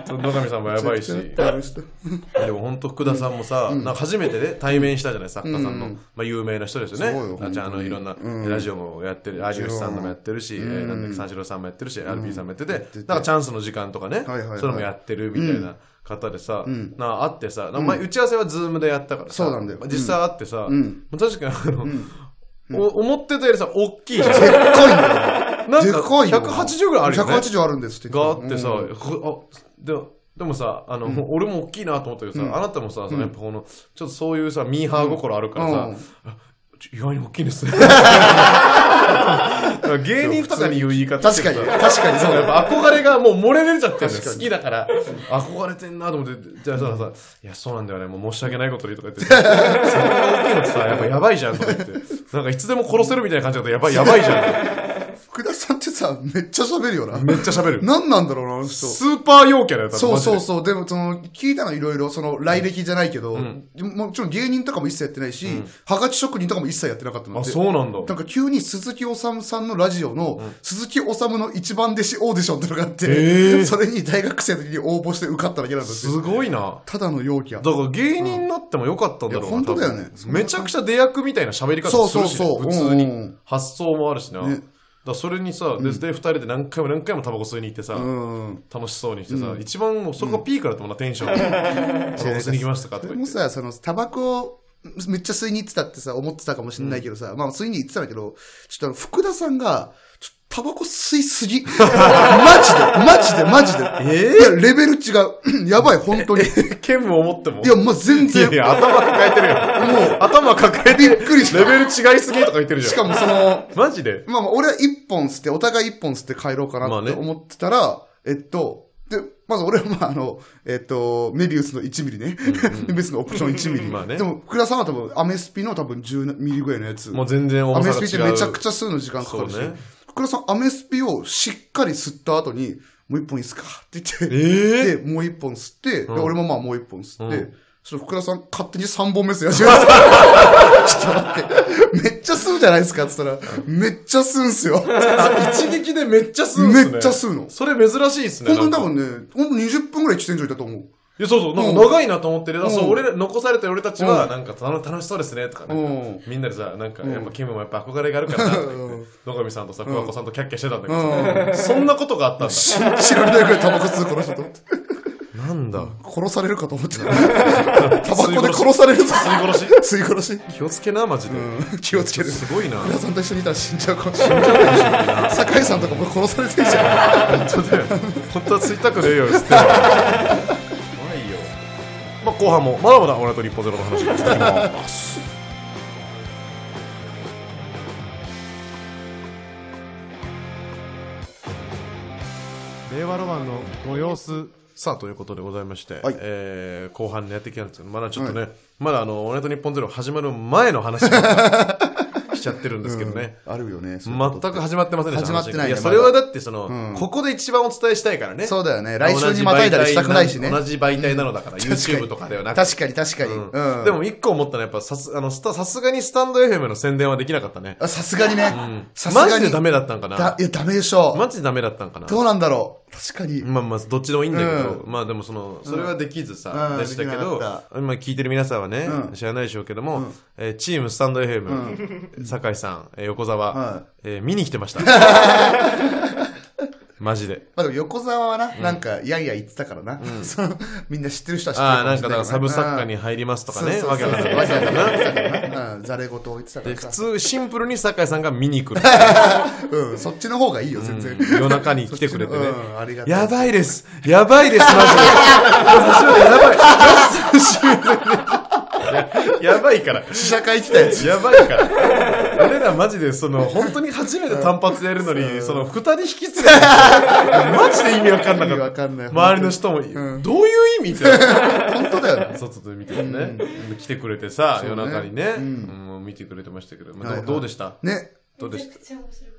[SPEAKER 1] そう野上さんもやばいし。でも本当福田さんもさ、なんか初めてね、対面したじゃない、作家さんの。まあ、有名な人ですよね。
[SPEAKER 2] そうよ
[SPEAKER 1] あじゃあ、あの、いろんな、ラジオもやってる、有吉さんのもやってるし、えーなんだっけ、三四郎さんもやってるし、RP さんもやってて、なんかチャンスの時間とかね
[SPEAKER 2] はいはいは、い
[SPEAKER 1] それもやってるみたいな方でさ、なあってさ、な前打ち合わせはズームでやったからさ、
[SPEAKER 2] そうなんだよ
[SPEAKER 1] まあ実際会ってさ、
[SPEAKER 2] ん
[SPEAKER 1] まあ確かにあの、お思ってたよりさ、大きいじゃん。
[SPEAKER 2] でっかいんだよ。
[SPEAKER 1] なん
[SPEAKER 2] で
[SPEAKER 1] か、
[SPEAKER 2] っかいよ。
[SPEAKER 1] 180ぐらいあるよね。
[SPEAKER 2] 180あるんですって。
[SPEAKER 1] があってさ、
[SPEAKER 2] うん
[SPEAKER 1] こあででもさあの、もう俺も大きいなと思ったけどさ、あなたもさ、そのやっぱこのちょっとそういうさミーハー心あるからさ、
[SPEAKER 2] うん
[SPEAKER 1] あちょ意外に大きいん ですね芸人とかに言う言い方
[SPEAKER 2] 確かに、確かに
[SPEAKER 1] そ
[SPEAKER 2] そうう
[SPEAKER 1] や
[SPEAKER 2] だ
[SPEAKER 1] っぱ憧れがもう漏れ出ちゃってるの
[SPEAKER 2] 確かに
[SPEAKER 1] 好きだから憧れてんなと思ってじゃあささ「いやそうなんだよねもう申し訳ないことに」とか言って「そんな大きいのってさやっぱやばいじゃん」とか言ってなんかいつでも殺せるみたいな感じだとやばいやばいじゃん
[SPEAKER 2] 福田さんってさ、めっちゃ喋るよな。
[SPEAKER 1] めっちゃ喋る
[SPEAKER 2] 何なんだろうな、あの人。
[SPEAKER 1] スーパー陽キャだよ多分
[SPEAKER 2] そう
[SPEAKER 1] マジで
[SPEAKER 2] そうそう。でも、その、聞いたのいろいろ、その、来歴じゃないけど、もちろん芸人とかも一切やってないし、はがき職人とかも一切やってなかったの
[SPEAKER 1] あ
[SPEAKER 2] で。
[SPEAKER 1] そうなんだ
[SPEAKER 2] なんか急に鈴木おさむさんのラジオの、鈴木おさむの一番弟子オーディションってのがあって、
[SPEAKER 1] へー
[SPEAKER 2] それに大学生の時に応募して受かっただけなんだって。
[SPEAKER 1] すごいな。
[SPEAKER 2] ただの陽キャ。
[SPEAKER 1] だから芸人になってもよかったんだろうな。
[SPEAKER 2] いや本当だよね
[SPEAKER 1] 多分めちゃくちゃ出役みたいな喋り方
[SPEAKER 2] そう
[SPEAKER 1] す
[SPEAKER 2] そ
[SPEAKER 1] る
[SPEAKER 2] う
[SPEAKER 1] し、
[SPEAKER 2] そう。
[SPEAKER 1] 普通に。
[SPEAKER 2] うん
[SPEAKER 1] 発想もあるしな。
[SPEAKER 2] ね
[SPEAKER 1] だからそれにさ、で、で二人で何回も何回もタバコ吸いに行ってさ、
[SPEAKER 2] うん。
[SPEAKER 1] 楽しそうにしてさ、一番もうそこがピークだったもんな、テンションが。タバコ吸いに行きましたかと
[SPEAKER 2] で
[SPEAKER 1] か言
[SPEAKER 2] も
[SPEAKER 1] って。
[SPEAKER 2] さ、その、タバコをめっちゃ吸いに行ってたってさ、思ってたかもしれないけどさ、まあ吸いに行ってたんだけど、ちょっとあの、福田さんが、ちょっとタバコ吸いすぎ。マジで、マジで、マジで。
[SPEAKER 1] え
[SPEAKER 2] いや、レベル違う。 やばい、本当に。い
[SPEAKER 1] 剣も思っても。
[SPEAKER 2] や、まあ、全然。
[SPEAKER 1] いや、頭抱えてるよ。もう、頭抱えて
[SPEAKER 2] びっくりした
[SPEAKER 1] レベル違いすぎとか言ってるじゃん。
[SPEAKER 2] しかもその、
[SPEAKER 1] マジで
[SPEAKER 2] まあまあ、俺は一本吸って、お互い一本吸って帰ろうかな
[SPEAKER 1] まあ
[SPEAKER 2] っ
[SPEAKER 1] ね
[SPEAKER 2] て思ってたら、えっと、で、まず俺はまああの、えっと、メビウスの1ミリね。 メビウスのオプション1ミリ。
[SPEAKER 1] まあね
[SPEAKER 2] でも、福田さんは多分、アメスピの多分10ミリぐらいのやつ。
[SPEAKER 1] もう全然
[SPEAKER 2] ア
[SPEAKER 1] 重さ
[SPEAKER 2] メス
[SPEAKER 1] が
[SPEAKER 2] ピって
[SPEAKER 1] 違う。
[SPEAKER 2] めちゃくちゃ吸うの時間かかるし。
[SPEAKER 1] そうね
[SPEAKER 2] 福田さん、アメスピをしっかり吸った後に、もう一本いいっすかって言って、
[SPEAKER 1] ええ
[SPEAKER 2] で、もう一本吸って、で
[SPEAKER 1] ん
[SPEAKER 2] 俺もまあもう一本吸って、
[SPEAKER 1] うん
[SPEAKER 2] そしたら福田さん勝手に3本目吸い始めた。 ちょっと待って、めっちゃ吸うじゃないですかって言ったら、めっちゃ吸うん すよ。
[SPEAKER 1] あ一撃でめっちゃ吸うんすね。
[SPEAKER 2] めっちゃ吸うの。
[SPEAKER 1] それ珍しいっすね。
[SPEAKER 2] 本当に
[SPEAKER 1] なん
[SPEAKER 2] 多
[SPEAKER 1] か
[SPEAKER 2] 分ね、本当20分ぐらい喫煙所いたと思う。
[SPEAKER 1] いや、そうそう、なんか
[SPEAKER 2] うん
[SPEAKER 1] 長いなと思ってる。だからそうう、
[SPEAKER 2] ん
[SPEAKER 1] 俺ら、残されてる俺たちは、
[SPEAKER 2] うん
[SPEAKER 1] なんか楽楽しそうですね、とか
[SPEAKER 2] う
[SPEAKER 1] ね。
[SPEAKER 2] ん。
[SPEAKER 1] みんなでさ、なんか、
[SPEAKER 2] うん
[SPEAKER 1] やっぱ、キムもやっぱ憧れがあるからな、とか言って
[SPEAKER 2] うん
[SPEAKER 1] 野上さんとさ、桑子さんとキャッキャしてたんだけ
[SPEAKER 2] う
[SPEAKER 1] どさ、そんなことがあったんだ。
[SPEAKER 2] 信じられないぐらいタバコ吸うこの人と思って。
[SPEAKER 1] なんだ。
[SPEAKER 2] 殺されるかと思 ってた。タバコで殺されるぞ。
[SPEAKER 1] 吸い殺し
[SPEAKER 2] 吸い殺し。
[SPEAKER 1] 気をつけな、マジで。
[SPEAKER 2] うん気をつける
[SPEAKER 1] すごいな。
[SPEAKER 2] 皆さんと一緒にいたら死んじゃうかもしれない。 酒井さんとかもう殺されてんじゃん。
[SPEAKER 1] 本当だよ本当はついたくねえよつって怖いよまあ後半もまだまだ俺と日本ゼロの話が続きます令和ロマンのご様子さあということでございまして、
[SPEAKER 2] はい
[SPEAKER 1] えー後半にやってきたんですけどまだちょっとね、まだあの「オネと日本ゼロ」始まる前の話が しちゃってるんですけどね、
[SPEAKER 2] あるよね。そういうこと
[SPEAKER 1] 全
[SPEAKER 2] って
[SPEAKER 1] く始まってませんでした。
[SPEAKER 2] 始まってな
[SPEAKER 1] 話が
[SPEAKER 2] いね
[SPEAKER 1] や、それはだってその、
[SPEAKER 2] うん
[SPEAKER 1] ここで一番お伝えしたいからね。
[SPEAKER 2] そうだよね。
[SPEAKER 1] 同
[SPEAKER 2] 来
[SPEAKER 1] じ
[SPEAKER 2] 週にまたいだりしたくないしね。
[SPEAKER 1] 同じ媒体なのだから、
[SPEAKER 2] 確かに
[SPEAKER 1] YouTube とかではなくて。
[SPEAKER 2] 確かに確かに。
[SPEAKER 1] うん
[SPEAKER 2] うん。
[SPEAKER 1] でも一個思ったのはやっぱさす、あの、スタさすがにスタンド FM の宣伝はできなかったね。
[SPEAKER 2] あ、さすがにね
[SPEAKER 1] うん。
[SPEAKER 2] さす
[SPEAKER 1] マ
[SPEAKER 2] が
[SPEAKER 1] ジ
[SPEAKER 2] に。
[SPEAKER 1] でダメだったんか
[SPEAKER 2] だ。
[SPEAKER 1] ない
[SPEAKER 2] や、ダメでしょう。
[SPEAKER 1] マジでダメだったんかな
[SPEAKER 2] どうなんだろう。確かに。
[SPEAKER 1] まあまあ、どっちでもいいんだけど、まあでもその、それはできず
[SPEAKER 2] う
[SPEAKER 1] さ
[SPEAKER 2] ん、
[SPEAKER 1] でしたけ
[SPEAKER 2] で
[SPEAKER 1] ど
[SPEAKER 2] きなか、
[SPEAKER 1] 今聞いてる皆さんはね
[SPEAKER 2] う、ん
[SPEAKER 1] 知らないでしょうけども、えーチームスタンド FM、酒井さん、えー横澤
[SPEAKER 2] は、
[SPEAKER 1] えー見に来てました。 マジで。
[SPEAKER 2] まあでも横澤はな、なんか、やいや言ってたからな。 そのみんな知ってる人は知ってる
[SPEAKER 1] ああ、
[SPEAKER 2] か
[SPEAKER 1] な
[SPEAKER 2] も
[SPEAKER 1] ん
[SPEAKER 2] し
[SPEAKER 1] か
[SPEAKER 2] れ
[SPEAKER 1] だ
[SPEAKER 2] な
[SPEAKER 1] か
[SPEAKER 2] い
[SPEAKER 1] らサブ作家に
[SPEAKER 2] うん
[SPEAKER 1] 入りますとか
[SPEAKER 2] そうそう
[SPEAKER 1] ね、
[SPEAKER 2] そう
[SPEAKER 1] わけわかんないわけわかんない。
[SPEAKER 2] な。うんざれ言を言ってたか
[SPEAKER 1] で
[SPEAKER 2] ら
[SPEAKER 1] 普
[SPEAKER 2] さ。
[SPEAKER 1] 通シンプルに酒井さんが見に来る
[SPEAKER 2] うん、そっちの方がいいよ、全然。
[SPEAKER 1] 夜中に来てくれてね、
[SPEAKER 2] うんありがとう
[SPEAKER 1] やばいですやばいですマジでマジでやばい やばいから
[SPEAKER 2] 試写会来たやつ。
[SPEAKER 1] やばいから俺らマジでその本当に初めて単発でやるのにその二人引き連れてマジで意味わかんな
[SPEAKER 2] 意味
[SPEAKER 1] か
[SPEAKER 2] わ
[SPEAKER 1] った
[SPEAKER 2] かんない。
[SPEAKER 1] 周りの人も、
[SPEAKER 2] ん
[SPEAKER 1] どういう意味みたいな
[SPEAKER 2] 本当だよね。
[SPEAKER 1] 外で見てるね、来てくれてさ、
[SPEAKER 2] そうね
[SPEAKER 1] 夜中にね、
[SPEAKER 2] う
[SPEAKER 1] うん見てくれてましたけど、まあ
[SPEAKER 2] はいはい
[SPEAKER 1] どうでした
[SPEAKER 2] ね。
[SPEAKER 1] どうで
[SPEAKER 3] め
[SPEAKER 1] し
[SPEAKER 3] ち
[SPEAKER 1] た
[SPEAKER 3] ゃくちゃ面白かっ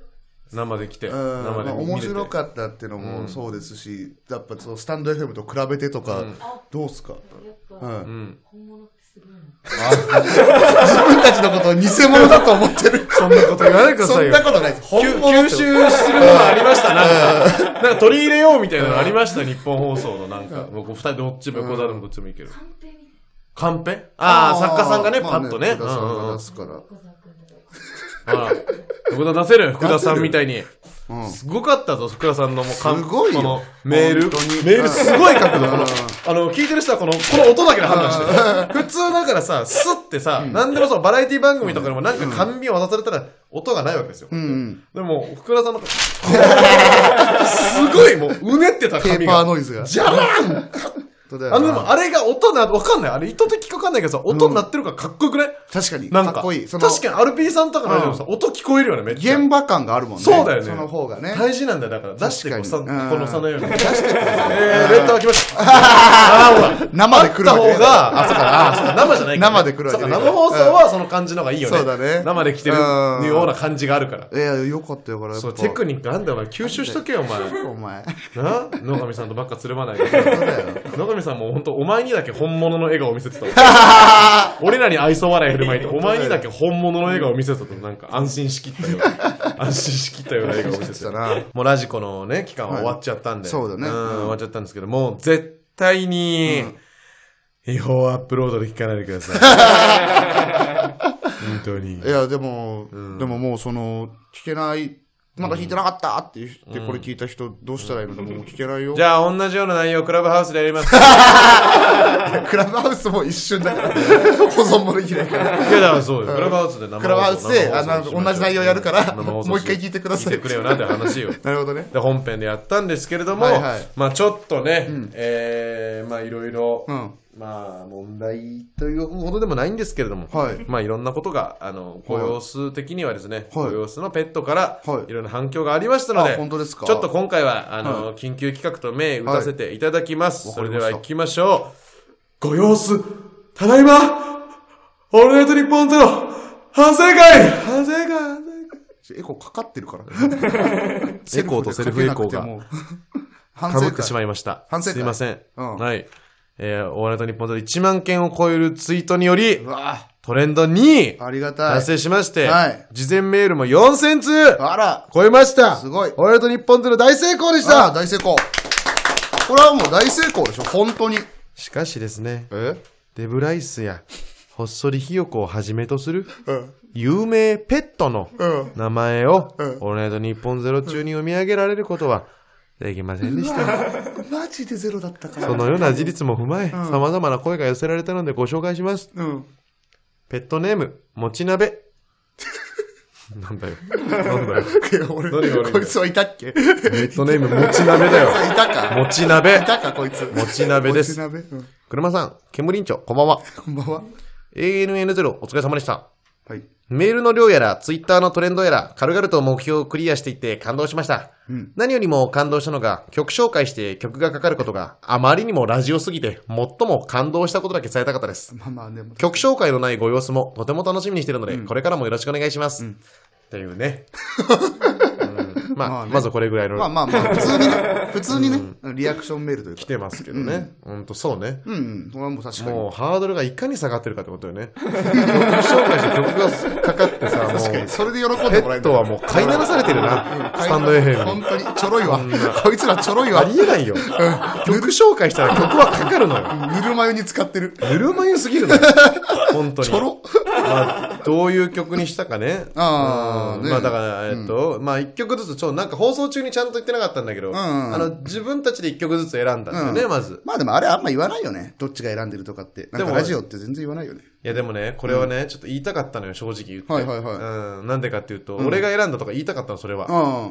[SPEAKER 1] 生で来て、
[SPEAKER 2] うん、
[SPEAKER 1] 生
[SPEAKER 2] ま
[SPEAKER 1] で
[SPEAKER 2] あ、
[SPEAKER 1] 見れて
[SPEAKER 2] 面白かったってのもそうですし、やっぱそのスタンド FM と比べてとか、どうすか、
[SPEAKER 3] た。やっ
[SPEAKER 2] う
[SPEAKER 3] ぱ、
[SPEAKER 2] ん、
[SPEAKER 1] うん、
[SPEAKER 3] 本物ってすごいな。
[SPEAKER 2] 自分たちのことを偽物だと思ってる。
[SPEAKER 1] そんなこと言わないでくだ
[SPEAKER 2] そ
[SPEAKER 1] さい
[SPEAKER 2] ん
[SPEAKER 1] よ
[SPEAKER 2] なことないです。
[SPEAKER 1] 吸
[SPEAKER 2] 本物
[SPEAKER 1] 吸収するものありましたなんかなんか取り入れようみたいなのありました日本放送のなんか僕二人どっちも横澤でもどっちもいける
[SPEAKER 3] 探偵みたい
[SPEAKER 1] カンペああ作家さんがねパッとね
[SPEAKER 2] 福田さんが出すか
[SPEAKER 3] な。
[SPEAKER 2] ら。
[SPEAKER 3] 小沢君とか。
[SPEAKER 1] あら福田出せる福田さんみたいに
[SPEAKER 2] うん
[SPEAKER 1] すごかったぞ福田さんのもうカン
[SPEAKER 2] すごいよ
[SPEAKER 1] このメール
[SPEAKER 2] 本当に
[SPEAKER 1] メールすごい角度こ
[SPEAKER 2] うん
[SPEAKER 1] のあの聞いてる人はこのこの音だけで判断 して普通だからさスッてさ何でもそうバラエティ番組とかでもなんか甘味を渡されたら音がないわけですよ
[SPEAKER 2] うん。
[SPEAKER 1] でも、福田さんの、す ごいもう、うねってた
[SPEAKER 2] ペ
[SPEAKER 1] 髪
[SPEAKER 2] ーパ
[SPEAKER 1] が。
[SPEAKER 2] ーノイズが。
[SPEAKER 1] じゃらん
[SPEAKER 2] 本当だよな
[SPEAKER 1] あの、でも、あれが音な、わかんない。あれ、意図的かわかんないけどさ、音になってるからかっこよくない
[SPEAKER 2] 確かに。
[SPEAKER 1] なんか。
[SPEAKER 2] かっこいい。その
[SPEAKER 1] 確かに、アルピーさんとかのラジオもさ、音聞こえるよね、めっちゃ。
[SPEAKER 2] 現場感があるもんね。
[SPEAKER 1] そうだよね
[SPEAKER 2] その方がね。
[SPEAKER 1] 大事なんだよ、だから。出してこう、
[SPEAKER 2] 確
[SPEAKER 1] さ
[SPEAKER 2] か
[SPEAKER 1] こ
[SPEAKER 2] にうん
[SPEAKER 1] の差のように。え
[SPEAKER 2] 確か
[SPEAKER 1] ー、
[SPEAKER 2] に。
[SPEAKER 1] レッドが来ました。あー、ほら。
[SPEAKER 2] 生で来るわけ
[SPEAKER 1] あった方が、あ、そうか、あ、そうか、生じゃないからね
[SPEAKER 2] 生で来るわけ
[SPEAKER 1] そう
[SPEAKER 2] ね
[SPEAKER 1] か、生放送はその感じの方がいいよね。
[SPEAKER 2] そうだね
[SPEAKER 1] 生で来てる
[SPEAKER 2] うん
[SPEAKER 1] ような感じがあるから。
[SPEAKER 2] いや、よかったよ、これ。
[SPEAKER 1] そう、
[SPEAKER 2] やっぱ
[SPEAKER 1] テクニックあんだよ、お前。吸収しとけよ、お前。
[SPEAKER 2] お前。
[SPEAKER 1] な野上さんとばっかつるまないで
[SPEAKER 2] そうだよ。
[SPEAKER 1] 野上さんも本当お前にだけ本物の笑顔を見せてた 俺らに愛想笑い振る舞いってお前にだけ本物の笑顔を見せてたとなんか安心しきったような 安心しきったような笑顔を見せて
[SPEAKER 2] だ
[SPEAKER 1] た
[SPEAKER 2] な。
[SPEAKER 1] もうラジコのね期間は終わっちゃったんで、
[SPEAKER 2] はいそうだね
[SPEAKER 1] ん
[SPEAKER 2] うん
[SPEAKER 1] 終わっちゃったんですけどもう絶対に、違法アップロードで聞かないでください本当に
[SPEAKER 2] いや、でも、
[SPEAKER 1] ん
[SPEAKER 2] でももうその、聞けないまだ弾いてなかったって言って、これ聞いた人、どうしたらいいのもう聞けないよ。
[SPEAKER 1] じゃあ、同じような内容、クラブハウスでやり ます。
[SPEAKER 2] クラブハウスも一瞬だから、保存もできないから。
[SPEAKER 1] いや、だからそうよ。クラブハウスで生放送
[SPEAKER 2] クラブハウスで、
[SPEAKER 1] 生放
[SPEAKER 2] あ
[SPEAKER 1] 送しま
[SPEAKER 2] の、
[SPEAKER 1] しょう
[SPEAKER 2] 同じ内容やるから、
[SPEAKER 1] 生放
[SPEAKER 2] もう
[SPEAKER 1] 送し
[SPEAKER 2] 一回聞いてくださ
[SPEAKER 1] 聞
[SPEAKER 2] い。
[SPEAKER 1] いてくれよなって話よ。
[SPEAKER 2] なるほどね。
[SPEAKER 1] で本編でやったんですけれども、
[SPEAKER 2] はいはい
[SPEAKER 1] まあちょっとね、
[SPEAKER 2] ん
[SPEAKER 1] えーまあいろいろ、
[SPEAKER 2] うん。
[SPEAKER 1] まあ問題というほどでもないんですけれども、
[SPEAKER 2] はい
[SPEAKER 1] まあいろんなことが、あの、ご様子的にはですね、
[SPEAKER 2] は
[SPEAKER 1] ご
[SPEAKER 2] い
[SPEAKER 1] 様子のペットから、
[SPEAKER 2] はい
[SPEAKER 1] いろんな反響がありましたの
[SPEAKER 2] あ、
[SPEAKER 1] で、
[SPEAKER 2] 本当ですか
[SPEAKER 1] ちょっと、今回は、あの、緊急企画と銘打たせていただきます。
[SPEAKER 2] はい
[SPEAKER 1] それで
[SPEAKER 2] わかりま
[SPEAKER 1] は
[SPEAKER 2] した
[SPEAKER 1] 行きましょう。ご様子、ただいまオールナイトニッポンゼロ反省会反省会反省会
[SPEAKER 2] エコーかかってる からね。
[SPEAKER 1] エコーとセルフエコーが
[SPEAKER 2] 反
[SPEAKER 1] かぶ
[SPEAKER 2] 省
[SPEAKER 1] ってし
[SPEAKER 2] 会。
[SPEAKER 1] まいました。
[SPEAKER 2] 反省会
[SPEAKER 1] すいません。
[SPEAKER 2] うん
[SPEAKER 1] はい。えー、オールナイトニッポンゼロ1万件を超えるツイートにより
[SPEAKER 2] う、わ
[SPEAKER 1] トレンド2位、
[SPEAKER 2] ありがたい
[SPEAKER 1] 達。成しまして、
[SPEAKER 2] はい
[SPEAKER 1] 事前メールも4000通
[SPEAKER 2] あら、
[SPEAKER 1] 超えました
[SPEAKER 2] すごい
[SPEAKER 1] オールナイトニッポンゼロ大成功でし
[SPEAKER 2] さあ、
[SPEAKER 1] た
[SPEAKER 2] 大成功。これはもう大成功でしょ、本当に。
[SPEAKER 1] しかしですね、
[SPEAKER 2] え
[SPEAKER 1] デブライスや、ほっそりひよこをはじめとする、
[SPEAKER 2] うん。
[SPEAKER 1] 有名ペットの
[SPEAKER 2] うん。
[SPEAKER 1] 名前を、
[SPEAKER 2] うん
[SPEAKER 1] オールナイトニッポンゼロ中に読み上げられることはできませんでした。
[SPEAKER 2] マジでゼロだったから。
[SPEAKER 1] そのような事実も踏まえ、様々な声が寄せられたのでご紹介します。
[SPEAKER 2] うん。
[SPEAKER 1] ペットネーム、もち鍋。 なんだよ。なんだよ。
[SPEAKER 2] いや
[SPEAKER 1] 何
[SPEAKER 2] 俺
[SPEAKER 1] が悪いんだよ
[SPEAKER 2] こいつはいたっけい
[SPEAKER 1] ペットネーム、もち鍋だよ。
[SPEAKER 2] たか。
[SPEAKER 1] もち鍋
[SPEAKER 2] い。たか、こいつ。も
[SPEAKER 1] もち鍋で
[SPEAKER 2] ち
[SPEAKER 1] す。
[SPEAKER 2] 鍋。うん。
[SPEAKER 1] 車さん、煙んちょ、こんばんは。
[SPEAKER 2] こんばんは。
[SPEAKER 1] ANN0、お疲れ様でした。
[SPEAKER 2] はい。
[SPEAKER 1] メールの量やら、ツイッターのトレンドやら、軽々と目標をクリアしていって感動しました。
[SPEAKER 2] うん
[SPEAKER 1] 何よりも感動したのが、曲紹介して曲がかかることがあまりにもラジオすぎて、最も感動したことだけ伝えたかったです。
[SPEAKER 2] まあまあ、でも。
[SPEAKER 1] 曲紹介のないご様子もとても楽しみにしてるので、これからもよろしくお願いします。っていうね。うんまあ、
[SPEAKER 2] まあね
[SPEAKER 1] まずこれぐらいの、
[SPEAKER 2] まあまあまあ、普通にね、普通にね、リアクションメールという
[SPEAKER 1] 来
[SPEAKER 2] か。
[SPEAKER 1] てますけどね。ほんとそうね。
[SPEAKER 2] うんうん。これはもう確かに。
[SPEAKER 1] もうハードルがいかに下がってるかってことよね。曲紹介して曲がかかってさ、もう、
[SPEAKER 2] 確かに。
[SPEAKER 1] ペ
[SPEAKER 2] それで喜んでもらえ
[SPEAKER 1] ッ
[SPEAKER 2] るんだ
[SPEAKER 1] トはもう飼いならされてるな。スタンド FM
[SPEAKER 2] 本
[SPEAKER 1] に。
[SPEAKER 2] 当に、ちょろいわ。こいつらちょろい
[SPEAKER 1] あ
[SPEAKER 2] わ。
[SPEAKER 1] りえないよ。曲紹介したら曲はかかるのよ。
[SPEAKER 2] ぬるま湯に使ってる。
[SPEAKER 1] ぬるま湯すぎるのよ。本当に。
[SPEAKER 2] ちょろ。
[SPEAKER 1] まあ、どういう曲にしたかね。
[SPEAKER 2] あー
[SPEAKER 1] うん
[SPEAKER 2] ね
[SPEAKER 1] まあだから、えっと、まあ一曲ずつ、ちょ、なんか放送中にちゃんと言ってなかったんだけど、
[SPEAKER 2] ん
[SPEAKER 1] あの、自分たちで一曲ずつ選んだんだよね、
[SPEAKER 2] うん
[SPEAKER 1] まず。
[SPEAKER 2] まあでもあれあんま言わないよね。どっちが選んでるとかって。
[SPEAKER 1] で
[SPEAKER 2] なんか
[SPEAKER 1] も
[SPEAKER 2] ラジオって全然言わないよね。
[SPEAKER 1] いやでもね、これはね、ちょっと言いたかったのよ、正直言って。
[SPEAKER 2] はいはいは
[SPEAKER 1] うん、なんでかっていうと、俺が選んだとか言いたかったの、それは。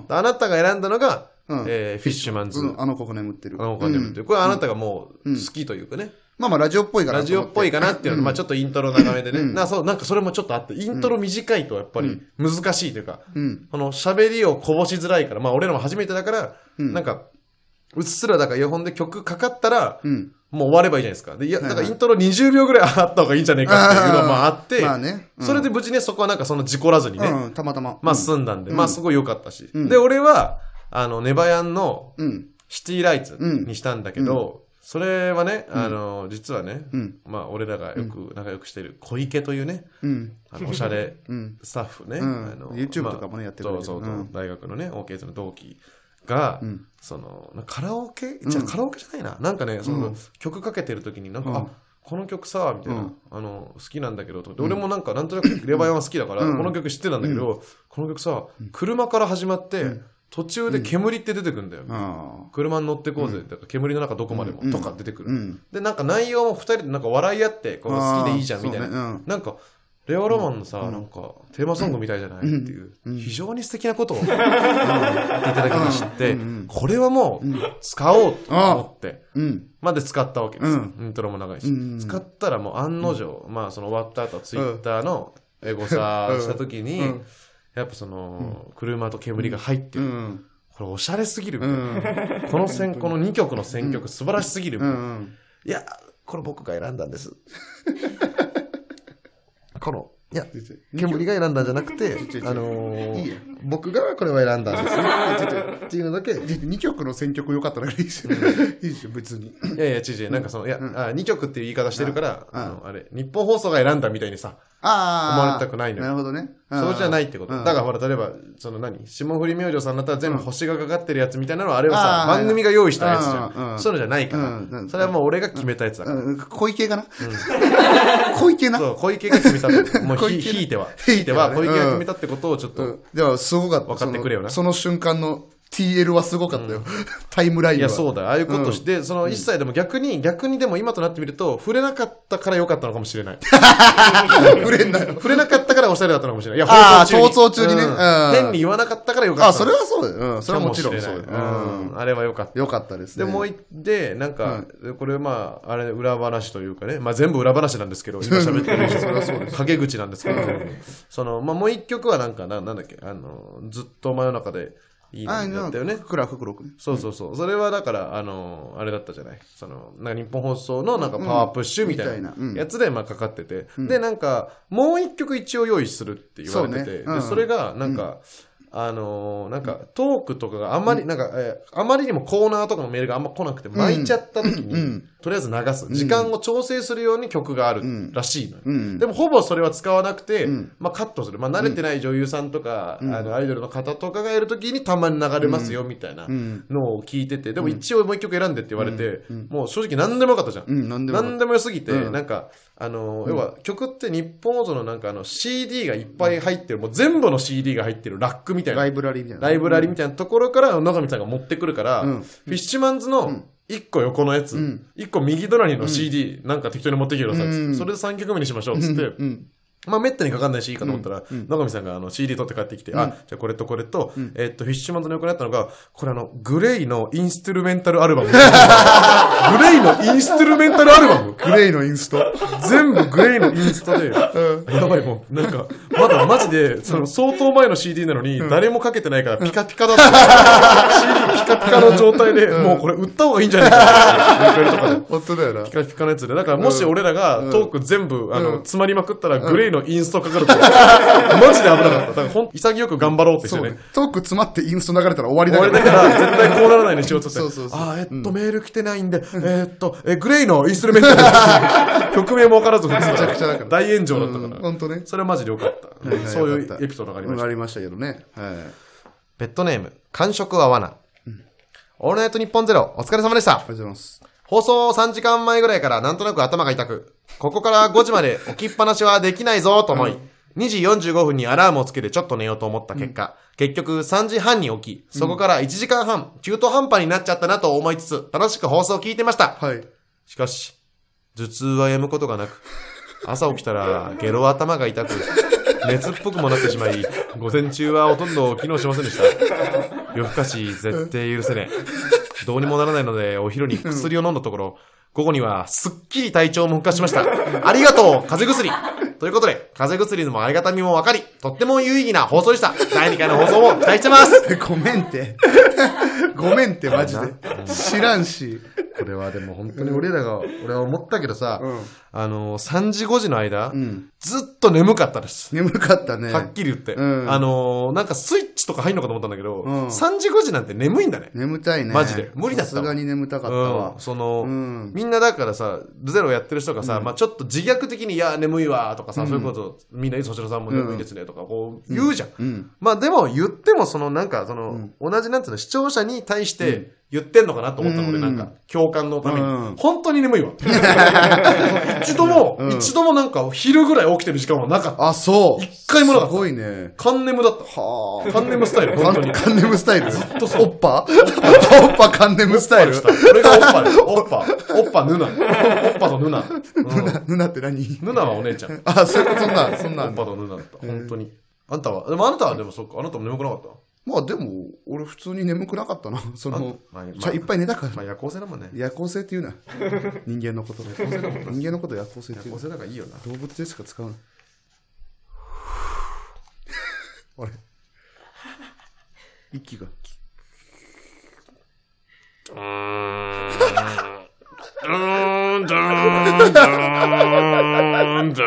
[SPEAKER 2] うん。
[SPEAKER 1] あなたが選んだのが、
[SPEAKER 2] うん
[SPEAKER 1] えーフィッシュマンズ、
[SPEAKER 2] うんあの子が眠ってる。
[SPEAKER 1] あの子が眠って
[SPEAKER 2] うん
[SPEAKER 1] る。これあなたがもう好きというかね、
[SPEAKER 2] まあまあラジオっぽいから。
[SPEAKER 1] ラジオっぽいかなっていうの、まあちょっとイントロ長めでね、なそう、なんかそれもちょっとあって、イントロ短いとやっぱり難しいというか、
[SPEAKER 2] うん。
[SPEAKER 1] この喋りをこぼしづらいから、まあ俺らも初めてだから、なんか、うっすらだからイヤホンで曲かかったら、
[SPEAKER 2] うん。
[SPEAKER 1] もう終わればいいじゃないですか。で、いや、
[SPEAKER 2] いは
[SPEAKER 1] だ
[SPEAKER 2] い
[SPEAKER 1] からイントロ20秒ぐらいあ った方がいいんじゃないかっていうのもあって、
[SPEAKER 2] まあね。うん
[SPEAKER 1] それで無事ね、そこはなんかその事故らずにね、
[SPEAKER 2] うん、たまたま。
[SPEAKER 1] まあ
[SPEAKER 2] うん
[SPEAKER 1] 済んだんで、まあすごい良かったし。
[SPEAKER 2] うん
[SPEAKER 1] で、俺は、あの、ネバヤンの
[SPEAKER 2] うん。
[SPEAKER 1] シティライツにしたんだけど、それはね、あの、実はね、
[SPEAKER 2] うん
[SPEAKER 1] まあ俺らがよく仲良くしてる小池というね、
[SPEAKER 2] うん。
[SPEAKER 1] あのおしゃれ
[SPEAKER 2] うん。
[SPEAKER 1] スタッフね、
[SPEAKER 2] うん YouTube とかもねやってくれてる
[SPEAKER 1] そうそう
[SPEAKER 2] うん
[SPEAKER 1] 大学のね OKS の同期が、
[SPEAKER 2] うん
[SPEAKER 1] そのなカラオケじゃあカラオケじゃないな、なんかねその、
[SPEAKER 2] うん
[SPEAKER 1] 曲かけてる時になんか、
[SPEAKER 2] うん
[SPEAKER 1] あこの曲さみたいな、
[SPEAKER 2] うん
[SPEAKER 1] あの好きなんだけどとかで俺もなんかなんとなくレバヤンは好きだから、
[SPEAKER 2] うん
[SPEAKER 1] この曲知ってたんだけど、この曲さ車から始まって、途中で煙って出てくるんだよ、
[SPEAKER 2] あ
[SPEAKER 1] 車に乗ってこうぜ、だから煙の中どこまでも、
[SPEAKER 2] うん
[SPEAKER 1] とか出てく
[SPEAKER 2] あ。
[SPEAKER 1] る、
[SPEAKER 2] うん。
[SPEAKER 1] でなんか内容も2人でなんか笑い合ってこう好きでいいじゃんみたいな、
[SPEAKER 2] あーそうねうん
[SPEAKER 1] なんかレオロマンのさ、なんかテーマソングみたいじゃない、っていう、非常に素敵なことを言っていただきまして、
[SPEAKER 2] うんうんうん
[SPEAKER 1] これはもう使おうと思って、
[SPEAKER 2] うん。
[SPEAKER 1] まで使ったわけです、
[SPEAKER 2] うん
[SPEAKER 1] イントロも長いし、
[SPEAKER 2] うん
[SPEAKER 1] 使ったらもう案の定、まあその終わった後ツイッターのエゴサーした時に、
[SPEAKER 2] うん
[SPEAKER 1] やっぱその、車と煙が入って
[SPEAKER 2] う
[SPEAKER 1] る、
[SPEAKER 2] ん。
[SPEAKER 1] これおしゃれすぎるみ
[SPEAKER 2] う
[SPEAKER 1] たいな、
[SPEAKER 2] ん。
[SPEAKER 1] この選この2曲の選曲素晴らしすぎるみ
[SPEAKER 2] う
[SPEAKER 1] たいな、
[SPEAKER 2] ん。
[SPEAKER 1] いや、これ僕が選んだん です。この、いや、 煙が選んだんじゃなくて、あの
[SPEAKER 2] いいよ
[SPEAKER 1] ー、僕がこれは選んだん です。っていうのだけ。い
[SPEAKER 2] 2曲の選曲良かったからいいし。いいし、別に。
[SPEAKER 1] やいや、ちじ、なんかその、いや、あ2曲っていう言い方してるから、
[SPEAKER 2] うん
[SPEAKER 1] あの、あれ、日本放送が選んだみたいにさ、
[SPEAKER 2] ああ。
[SPEAKER 1] 思われたくないのよ
[SPEAKER 2] なるほどね。
[SPEAKER 1] そうじゃないってこと。だから
[SPEAKER 2] ら、
[SPEAKER 1] ほら、例えば、その何霜降り明星さんだったら全部星がかかってるやつみたいなのは、あれはさ、
[SPEAKER 2] あー
[SPEAKER 1] 番組が用意したやつじゃ
[SPEAKER 2] うんうん
[SPEAKER 1] ん。
[SPEAKER 2] うん
[SPEAKER 1] そういうのじゃないか
[SPEAKER 2] う
[SPEAKER 1] ら。
[SPEAKER 2] ん
[SPEAKER 1] それはもう俺が決めたやつだから。
[SPEAKER 2] うん小池かな小池な。
[SPEAKER 1] そう、小池が決めたの。もう
[SPEAKER 2] 小
[SPEAKER 1] ひ、
[SPEAKER 2] 池ね
[SPEAKER 1] ひいては。
[SPEAKER 2] ひ
[SPEAKER 1] ひ
[SPEAKER 2] い
[SPEAKER 1] い
[SPEAKER 2] て
[SPEAKER 1] て
[SPEAKER 2] は
[SPEAKER 1] は、
[SPEAKER 2] ね
[SPEAKER 1] 小池が決めたってことをちょっと
[SPEAKER 2] うんじゃあ、すすごかった。
[SPEAKER 1] 分かってくれよな
[SPEAKER 2] そのその瞬間の TL はすごかったよ。タイムライン
[SPEAKER 1] い
[SPEAKER 2] は。
[SPEAKER 1] や、そうだ。ああいうことして、その一切でも逆に、逆にでも今となってみると、触れなかったから良かったのかもしれない。
[SPEAKER 2] 触れんなよ。
[SPEAKER 1] 触れなかったからおしゃれだったのかもしれない。いや、
[SPEAKER 2] あー
[SPEAKER 1] 放送中に
[SPEAKER 2] 放送中にね
[SPEAKER 1] うん
[SPEAKER 2] うん
[SPEAKER 1] 変に言わなかったから良かった。
[SPEAKER 2] あ、それはそうだよ。うん、それはもちろん
[SPEAKER 1] か
[SPEAKER 2] そう
[SPEAKER 1] し
[SPEAKER 2] だ
[SPEAKER 1] れな
[SPEAKER 2] よ。
[SPEAKER 1] いう
[SPEAKER 2] うん
[SPEAKER 1] ん。あれは良かった。
[SPEAKER 2] よかったです
[SPEAKER 1] で、
[SPEAKER 2] ね。
[SPEAKER 1] もう一で、なんか、これまあ、あれ、裏話というかね、まあ全部裏話なんですけど、今喋ってるそれはそう です陰口なんですけど、その、まあもう一曲はなんか、ななんだっけ、あの、ずっと真夜中でいい
[SPEAKER 2] あ、
[SPEAKER 1] んだったよね。
[SPEAKER 2] ふくらふくろくね。
[SPEAKER 1] そうそうそう。それはだから、あの、あれだったじゃない。その、なんか日本放送のなんかパワープッシュみたい
[SPEAKER 2] うんみ
[SPEAKER 1] な
[SPEAKER 2] たいなうん
[SPEAKER 1] やつで、まあかかってて。
[SPEAKER 2] ん
[SPEAKER 1] で、なんか、もう一曲一応用意するって言われてて。
[SPEAKER 2] そうねうん
[SPEAKER 1] で、それが、なんか、あのーなんか、トークとかがあんまり、なんか、えーあまりにもコーナーとかのメールがあんま来なくて、巻いちゃった時に、
[SPEAKER 2] うん
[SPEAKER 1] とりあえず流す。時間を調整するように曲があ
[SPEAKER 2] ん
[SPEAKER 1] るらしいのよ。
[SPEAKER 2] うん。
[SPEAKER 1] でもほぼそれは使わなくて、
[SPEAKER 2] ん
[SPEAKER 1] まあ、カットする、まあ、慣れてない女優さんとか、あのアイドルの方とかがいる時にたまに流れますよみたいな
[SPEAKER 2] うん
[SPEAKER 1] のを聞いててでも一応もう一曲選んでって言われて、
[SPEAKER 2] うんうん
[SPEAKER 1] もう正直何でもよかったじゃん。
[SPEAKER 2] うん、なんでもよか
[SPEAKER 1] 何
[SPEAKER 2] っ
[SPEAKER 1] でも良すぎて、
[SPEAKER 2] うん
[SPEAKER 1] なんか、あの、要は、曲って日本放送のなんかあの、CD がいっぱい入ってる、もう全部の CD が入ってるラックみた
[SPEAKER 2] た。
[SPEAKER 1] い
[SPEAKER 2] ラ
[SPEAKER 1] な、
[SPEAKER 2] イブラリーみたいな。
[SPEAKER 1] ライブラリみたいなところから野上さんが持ってくるから、
[SPEAKER 2] うん
[SPEAKER 1] フィッシュマンズの1個横のやつ、
[SPEAKER 2] うん
[SPEAKER 1] 1個右隣の CD、なんか適当に持ってきてくださいっつって、
[SPEAKER 2] うん
[SPEAKER 1] それで3曲目にしましょうっつって、
[SPEAKER 2] うん。
[SPEAKER 1] まあ、めったにかかんないし、いいかと思ったら、
[SPEAKER 2] うんうん
[SPEAKER 1] 野上さんがあの CD 取って帰ってきて、あ、じゃあこれとこれと、
[SPEAKER 2] ん
[SPEAKER 1] えっと、フィッシュマンズの横にあったのが、これあの、グレイのインストゥルメンタルアルバム。グ レイのインストゥルメンタルアルバム
[SPEAKER 2] グレイのインスト。
[SPEAKER 1] 全部グレイのインストで、
[SPEAKER 2] うん。
[SPEAKER 1] やばいもう、なんか、まだマジで、その相当前の CD なのに、誰もかけてないからピカピカ だった。CD ピカピカの状態で、もうこれ売った方がいいんじゃないかって。メルカリとかで
[SPEAKER 2] 本当だよな
[SPEAKER 1] ピ。カピカのやつで。だからもし俺らがトーク全部、あの、
[SPEAKER 2] うん
[SPEAKER 1] 詰まりまくったら、グレイのインストかかると、 マジで危なかった。だからほん、潔く頑張ろうってし
[SPEAKER 2] そ
[SPEAKER 1] て
[SPEAKER 2] う
[SPEAKER 1] ね
[SPEAKER 2] ね。。トーク詰まってインスト流れたら終わりだ
[SPEAKER 1] 俺
[SPEAKER 2] か
[SPEAKER 1] だ
[SPEAKER 2] ら。
[SPEAKER 1] から、絶対こうならないようにしようとして。
[SPEAKER 2] そうそうそう
[SPEAKER 1] あー、えっと、メール来てないんで、えーっと、え、グレイのインストゥルメンタ ル。曲名もわからず、めち
[SPEAKER 2] ゃくちゃだから
[SPEAKER 1] 大炎上だった
[SPEAKER 2] う
[SPEAKER 1] か
[SPEAKER 2] ん
[SPEAKER 1] ら。
[SPEAKER 2] 本当ね。
[SPEAKER 1] それはマジでよかった。
[SPEAKER 2] はいはい
[SPEAKER 1] そうい
[SPEAKER 2] よかっ
[SPEAKER 1] う
[SPEAKER 2] た
[SPEAKER 1] エピソードがありまし
[SPEAKER 2] わ
[SPEAKER 1] た。
[SPEAKER 2] かりましたけどね。はい。
[SPEAKER 1] ペットネーム、感触は罠。オールナイトニッポンゼロ、お疲れ様でした
[SPEAKER 2] あ。りがとうございます。
[SPEAKER 1] 放送3時間前ぐらいからなんとなく頭が痛く、ここから5時まで置きっぱなしはできないぞと思い、2時45分にアラームをつけてちょっと寝ようと思った結果、結局3時半に起き、そこから1時間半、中途半端になっちゃったなと思いつつ、楽しく放送を聞いてました。
[SPEAKER 2] はい。
[SPEAKER 1] しかし、頭痛はやむことがなく、朝起きたらゲロ頭が痛く、熱っぽくもなってしまい、午前中はほとんど機能しませんでした。夜更かし絶対許せねえ。どうにもならないので、お昼に薬を飲んだところ、午後にはすっきり体調も復活しました。ありがとう風邪薬ということで、風邪薬のありがたみもわかり、とっても有意義な放送でした。第2回の放送を期待してます
[SPEAKER 2] ごめんって。 ごめんって、マジで。知らんし。
[SPEAKER 1] これはでも本当に俺らが、俺は思ったけどさ
[SPEAKER 2] うん
[SPEAKER 1] あの、3時5時の間、
[SPEAKER 2] うん。
[SPEAKER 1] ずっと眠かったです。
[SPEAKER 2] 眠かったね。
[SPEAKER 1] はっきり言って。
[SPEAKER 2] うん
[SPEAKER 1] あのーなんかスイッチとか入んのかと思ったんだけど、
[SPEAKER 2] うん
[SPEAKER 1] 3時5時なんて眠いんだね。
[SPEAKER 2] 眠たいね。
[SPEAKER 1] マジで無理だったわ
[SPEAKER 2] さすがに眠たかった
[SPEAKER 1] う
[SPEAKER 2] わ
[SPEAKER 1] ん、。その、
[SPEAKER 2] うん
[SPEAKER 1] みんなだからさ、ゼロやってる人がさ、まあちょっと自虐的に、いや、眠いわとかさ、そういうこと、みんな、そちらさんも眠いですねとか、こう、言うじゃん。
[SPEAKER 2] うん。
[SPEAKER 1] まあでも言ってもそのなんかその同じなんていうの視聴者に対して言ってんのかなと思ったので
[SPEAKER 2] うん
[SPEAKER 1] なんか共感のために
[SPEAKER 2] うん
[SPEAKER 1] 本当に眠い わ一度も
[SPEAKER 2] うん
[SPEAKER 1] 一度もなんか昼ぐらい起きてる時間はなかった
[SPEAKER 2] あ、そう。
[SPEAKER 1] 一回もなかっ
[SPEAKER 2] す
[SPEAKER 1] た
[SPEAKER 2] ごいね。
[SPEAKER 1] カンネムだった
[SPEAKER 2] は
[SPEAKER 1] カンネムスタイル
[SPEAKER 2] あ。
[SPEAKER 1] 本当に
[SPEAKER 2] カンネムスタイル。ず
[SPEAKER 1] とそう
[SPEAKER 2] おっぱおっぱカンネムスタイル。
[SPEAKER 1] これがオッパですオッパオッパヌナオッパとヌナ、うん
[SPEAKER 2] ぬなって何
[SPEAKER 1] ヌナはお姉ちゃんオッ
[SPEAKER 2] あ、そういうこと、そんな、そんな
[SPEAKER 1] パ
[SPEAKER 2] んだ。
[SPEAKER 1] とヌナだった本当にあんたはでもあなたはでもそっかあなたも眠くなかった
[SPEAKER 2] まあでも、俺普通に眠くなかったな。その、
[SPEAKER 1] まあまあ
[SPEAKER 2] じゃあいっぱい寝たか
[SPEAKER 1] まあ
[SPEAKER 2] ら。
[SPEAKER 1] 夜行性だもんね
[SPEAKER 2] 夜行性って言うな。人間のこと。人間のこと夜行性っ
[SPEAKER 1] 夜行
[SPEAKER 2] て言うな。
[SPEAKER 1] 性だからいいよな
[SPEAKER 2] 動物でしか使うな。あれ息が。
[SPEAKER 1] うーん、ドーン、ドーン、ド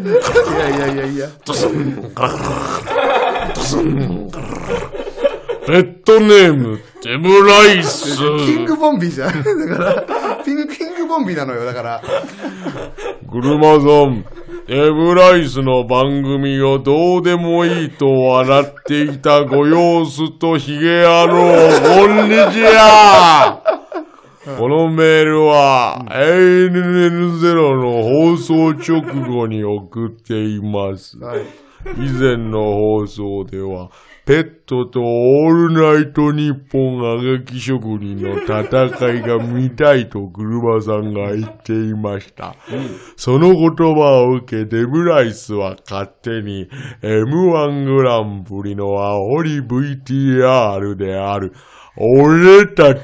[SPEAKER 1] ーン、
[SPEAKER 2] いやいやいやいや。
[SPEAKER 1] ドスン、ガラー、ドスン、ガラー。ペットネーム、デブライス。
[SPEAKER 2] キングボンビーじゃん。だから、ピンキングボンビーなのよ。だから、
[SPEAKER 4] 車さん、デブライスの番組をどうでもいいと笑っていたご様子とヒゲ野郎、こんにちはこのメールは ANN0 の放送直後に送っています。
[SPEAKER 2] はい。
[SPEAKER 4] 以前の放送では、ペットとオールナイトニッポンあがき職人の戦いが見たいと車さんが言っていました。その言葉を受け、デブライスは勝手に M1 グランプリの煽り VTR である、俺たち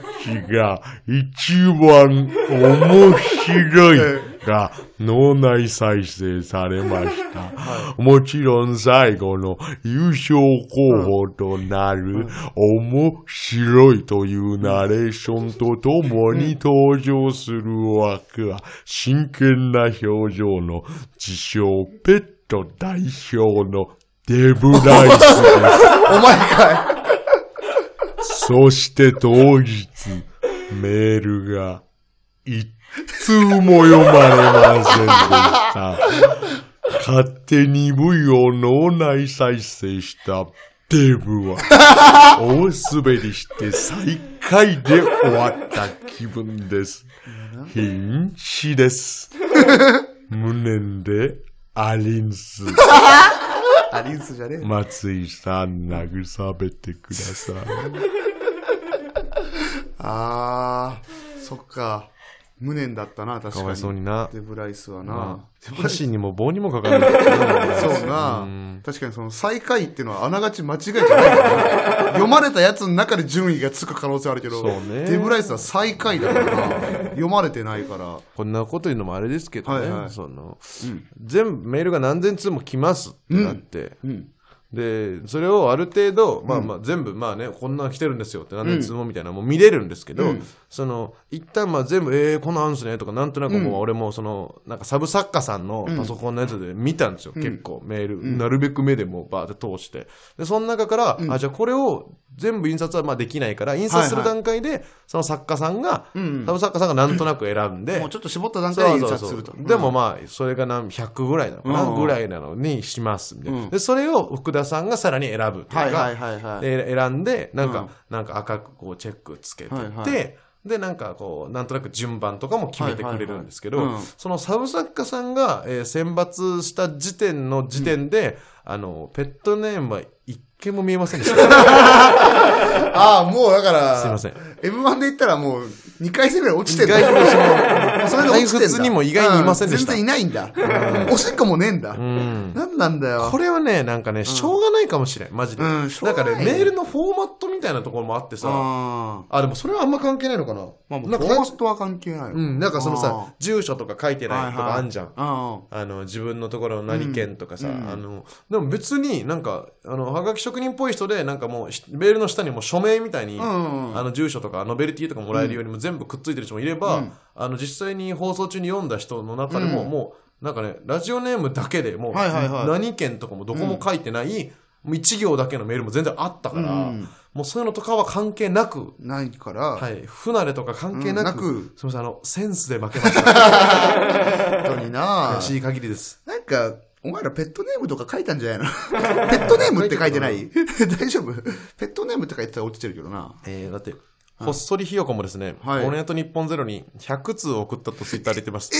[SPEAKER 4] が一番面白いが脳内再生されました。 もちろん最後の優勝候補となる面白いというナレーションとともに登場する枠は真剣な表情の自称ペット代表のデブライスです。
[SPEAKER 2] お前かい
[SPEAKER 4] そして当日、メールが一通も読まれませんでした。勝手に V を脳内再生したデブは、大滑りして最下位で終わった気分です。瀕死です。無念でアリンス。
[SPEAKER 2] アリンスじゃねえ。
[SPEAKER 4] 松井さん慰めてください。
[SPEAKER 2] あー、そっか。無念だったな、確かに。
[SPEAKER 1] かわいそうにな
[SPEAKER 2] デブライスは
[SPEAKER 1] ま
[SPEAKER 2] な。
[SPEAKER 1] あ、箸にも棒にもかかるんだけど。
[SPEAKER 2] そうな、
[SPEAKER 1] ん
[SPEAKER 2] 確かにその最下位っていうのはあながち間違いじゃないからな読まれたやつの中で順位がつく可能性あるけど、
[SPEAKER 1] そうね
[SPEAKER 2] デブライスは最下位だからな読まれてないから。
[SPEAKER 1] こんなこと言うのもあれですけどね、
[SPEAKER 2] はいはい
[SPEAKER 1] その
[SPEAKER 2] うん
[SPEAKER 1] 全部メールが何千通も来ますってなって、
[SPEAKER 2] うん。
[SPEAKER 1] でそれをある程度、まあまあ、全部、まあね、こんなん来てるんですよって何千通もみたいな、もう見れるんですけど、
[SPEAKER 2] うん
[SPEAKER 1] その一旦まあ全部、えー、こんなんあるんすねとか、なんとなくもう
[SPEAKER 2] うん
[SPEAKER 1] 俺もそのなんかサブ作家さんのパソコンのやつで見たんですよ、
[SPEAKER 2] ん
[SPEAKER 1] 結構メール、
[SPEAKER 2] ん
[SPEAKER 1] なるべく目でもうバーって通して、でその中から、あじゃあこれを全部印刷はまあできないから、印刷する段階で、その作家さんが、
[SPEAKER 2] うん
[SPEAKER 1] サブ作家さんがなんとなく選んで、
[SPEAKER 2] もうちょっと絞った段
[SPEAKER 1] そ
[SPEAKER 2] 階
[SPEAKER 1] う
[SPEAKER 2] で
[SPEAKER 1] そ
[SPEAKER 2] 印
[SPEAKER 1] う
[SPEAKER 2] 刷
[SPEAKER 1] そ
[SPEAKER 2] する
[SPEAKER 1] う
[SPEAKER 2] と。
[SPEAKER 1] でもまあそれが何100ぐらいなのかな、
[SPEAKER 2] うん
[SPEAKER 1] ぐらいなのにしますみたいな、
[SPEAKER 2] うん
[SPEAKER 1] でそれを福田さんがさらに選ぶって
[SPEAKER 2] はいいう
[SPEAKER 1] か、
[SPEAKER 2] はいはいはい。
[SPEAKER 1] で選んでなんか、
[SPEAKER 2] うん
[SPEAKER 1] なんか赤くこうチェックつけてって、
[SPEAKER 2] はいは
[SPEAKER 1] でなんかこうなんとなく順番とかも決めてくれるんですけど、
[SPEAKER 2] はいはいはいうん
[SPEAKER 1] そのサブ作家さんが、えー選抜した時点の時点で、あのペットネームは一件も見えませんでした
[SPEAKER 2] ああ、もうだから、
[SPEAKER 1] すいません
[SPEAKER 2] M1 で言ったらもう2回戦ぐらい落ちて
[SPEAKER 1] 意
[SPEAKER 2] るん
[SPEAKER 1] 外と
[SPEAKER 2] だ。
[SPEAKER 1] その
[SPEAKER 2] それで落ちてんだ
[SPEAKER 1] 退屈にも意外にいませんでした
[SPEAKER 2] う全然いないんだ。おしっこもねえんだ。
[SPEAKER 1] うん
[SPEAKER 2] なんなんだよ
[SPEAKER 1] こ。れはね、なんかね、しょうがないかもしれん、マジで。
[SPEAKER 2] うんしょうがない
[SPEAKER 1] んかね、メールのフォーマットみたいなところもあってさ、
[SPEAKER 2] ああ。
[SPEAKER 1] あ、でもそれはあんま関係ないのかな。
[SPEAKER 2] まあもう、
[SPEAKER 1] な
[SPEAKER 2] フ
[SPEAKER 1] んか
[SPEAKER 2] ォーマットは関係ない。
[SPEAKER 1] うん、なんかそのさ
[SPEAKER 2] あ、
[SPEAKER 1] 住所とか書いてないとかあんじゃん。
[SPEAKER 2] あ
[SPEAKER 1] あの自分のところの何県とかさ、
[SPEAKER 2] うん
[SPEAKER 1] あのでも別になんかあのはがき職人っぽい人でなんかもうしメールの下にもう署名みたいに、
[SPEAKER 2] あ。うん。
[SPEAKER 1] あの住所とかノベルティとかもらえるようにも全部くっついてる人もいれば、
[SPEAKER 2] うん
[SPEAKER 1] あの実際に放送中に読んだ人の中でも、
[SPEAKER 2] うん
[SPEAKER 1] もうなんかねラジオネームだけでもう、
[SPEAKER 2] はいはいはい
[SPEAKER 1] 何件とかもどこも書いてない、もう一行だけのメールも全然あったから、
[SPEAKER 2] うん
[SPEAKER 1] もうそういうのとかは関係なく、
[SPEAKER 2] ないから、
[SPEAKER 1] はい、不慣れとか関係なく,、
[SPEAKER 2] うんなく
[SPEAKER 1] すみませんあのセンスで負けま した
[SPEAKER 2] 本当にな
[SPEAKER 1] 悔しい限りです
[SPEAKER 2] なんか、お前らペットネームとか書いたんじゃない のペットネームって書いてない 大丈夫ペットネームって書いてたら落ちてるけどな。
[SPEAKER 1] えー、だって、ほっそりひよこもですね、
[SPEAKER 2] はい
[SPEAKER 1] オールナイト日本ゼロに100通送ったとツイッターで言ってます。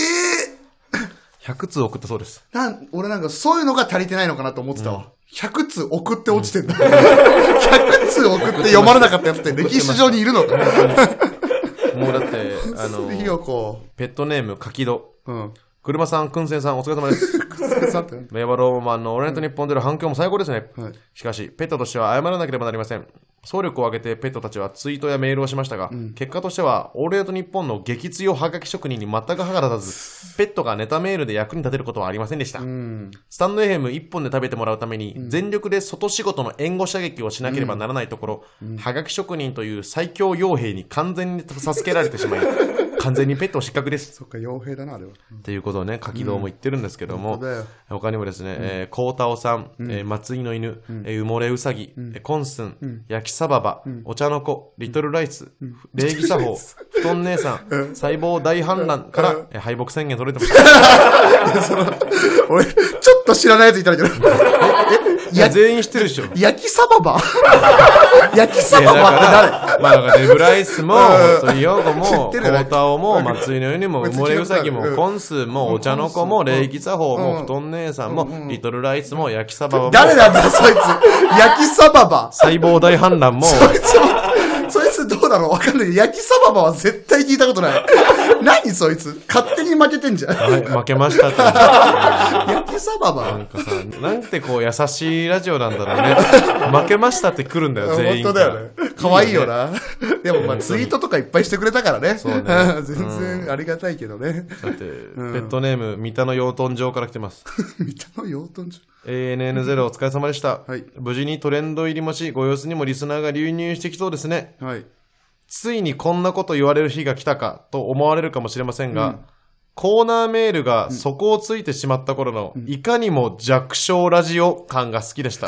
[SPEAKER 1] 100通送ったそうです。
[SPEAKER 2] なん、俺なんかそういうのが足りてないのかなと思ってたわ。100通送って落ち てんだ。100通送って読まれなかったやつ って歴史上にいるのか。
[SPEAKER 1] もうだ って、あの、
[SPEAKER 2] ひよこ。
[SPEAKER 1] ペットネーム、かきど。
[SPEAKER 2] うん。
[SPEAKER 1] 車さん、くんせんさん、お疲れ様です。
[SPEAKER 2] さ て。
[SPEAKER 1] 名馬ローマンのオールナイト日本での反響も最高ですね。
[SPEAKER 2] はい
[SPEAKER 1] しかし、ペットとしては謝らなければなりません。総力を挙げてペットたちはツイートやメールをしましたが、結果としては、オールナイト日本の激強はがき職人に全く歯が立たず、ペットがネタメールで役に立てることはありませんでした。
[SPEAKER 2] うん。
[SPEAKER 1] スタンド FM 一本で食べてもらうために、全力で外仕事の援護射撃をしなければならないところ、はがき職人という最強傭兵に完全に助けられてしまい、完全にペットを失格です。
[SPEAKER 2] そっか、傭兵だな、あれは。
[SPEAKER 1] っていうことをね、柿堂も言ってるんですけども、
[SPEAKER 2] うん本当だよ
[SPEAKER 1] 他にもですね、えー、孝太郎さん、えー松井の犬、えー埋もれうさぎ、えーコンスン、焼きサババ、お茶の子、リトルライス、礼儀作法、布団姉さん、細胞大反乱から、えー敗北宣言取れてま した。
[SPEAKER 2] 俺、ちょっと知らないやついたんだけど。
[SPEAKER 1] いや、全員知ってるでしょ。
[SPEAKER 2] 焼きサババ焼きサ
[SPEAKER 1] いや
[SPEAKER 2] バ
[SPEAKER 1] だ
[SPEAKER 2] バって
[SPEAKER 1] か
[SPEAKER 2] 誰
[SPEAKER 1] らまあ、だから、デブライスも、
[SPEAKER 2] うん
[SPEAKER 1] 鳥ヨゴも、
[SPEAKER 2] 知っ
[SPEAKER 1] コ
[SPEAKER 2] てる
[SPEAKER 1] ータオも、松井のよにも、埋もれうさぎも
[SPEAKER 2] う、ん
[SPEAKER 1] コンスも、お茶の子も、
[SPEAKER 2] うん
[SPEAKER 1] 礼儀作法
[SPEAKER 2] う
[SPEAKER 1] も、
[SPEAKER 2] ん
[SPEAKER 1] 布団姉さん
[SPEAKER 2] うん
[SPEAKER 1] も、リトルライスも、焼きサバも、
[SPEAKER 2] 誰なんだよ、そいつ。焼きサババ。
[SPEAKER 1] 細胞大反乱も、
[SPEAKER 2] そいつも、そいつどうなのわかんないけど、焼きサババは絶対聞いたことない。何そいつ勝手に負けてんじゃん。
[SPEAKER 1] はい負けましたって。な
[SPEAKER 2] 焼きサバ
[SPEAKER 1] ん
[SPEAKER 2] バ。
[SPEAKER 1] かさ、なんてこう、優しいラジオなんだろう ね。負けましたって来るんだよ、全
[SPEAKER 2] 本
[SPEAKER 1] 員。
[SPEAKER 2] 当だよね。可愛いよ。な。でもまあツイートとかいっぱいしてくれたからね。
[SPEAKER 1] うね
[SPEAKER 2] 全然ありがたいけどね。
[SPEAKER 1] だって、ペットネーム、三田の養豚場から来てます。
[SPEAKER 2] 見たの養豚場。
[SPEAKER 1] ANN0 お疲れ様でした、
[SPEAKER 2] はい
[SPEAKER 1] 無事にトレンド入りもしご様子にもリスナーが流入してきそうですね
[SPEAKER 2] はい。
[SPEAKER 1] ついにこんなこと言われる日が来たかと思われるかもしれませんが、コーナーメールが底をついてしまった頃の、いかにも弱小ラジオ感が好きで した。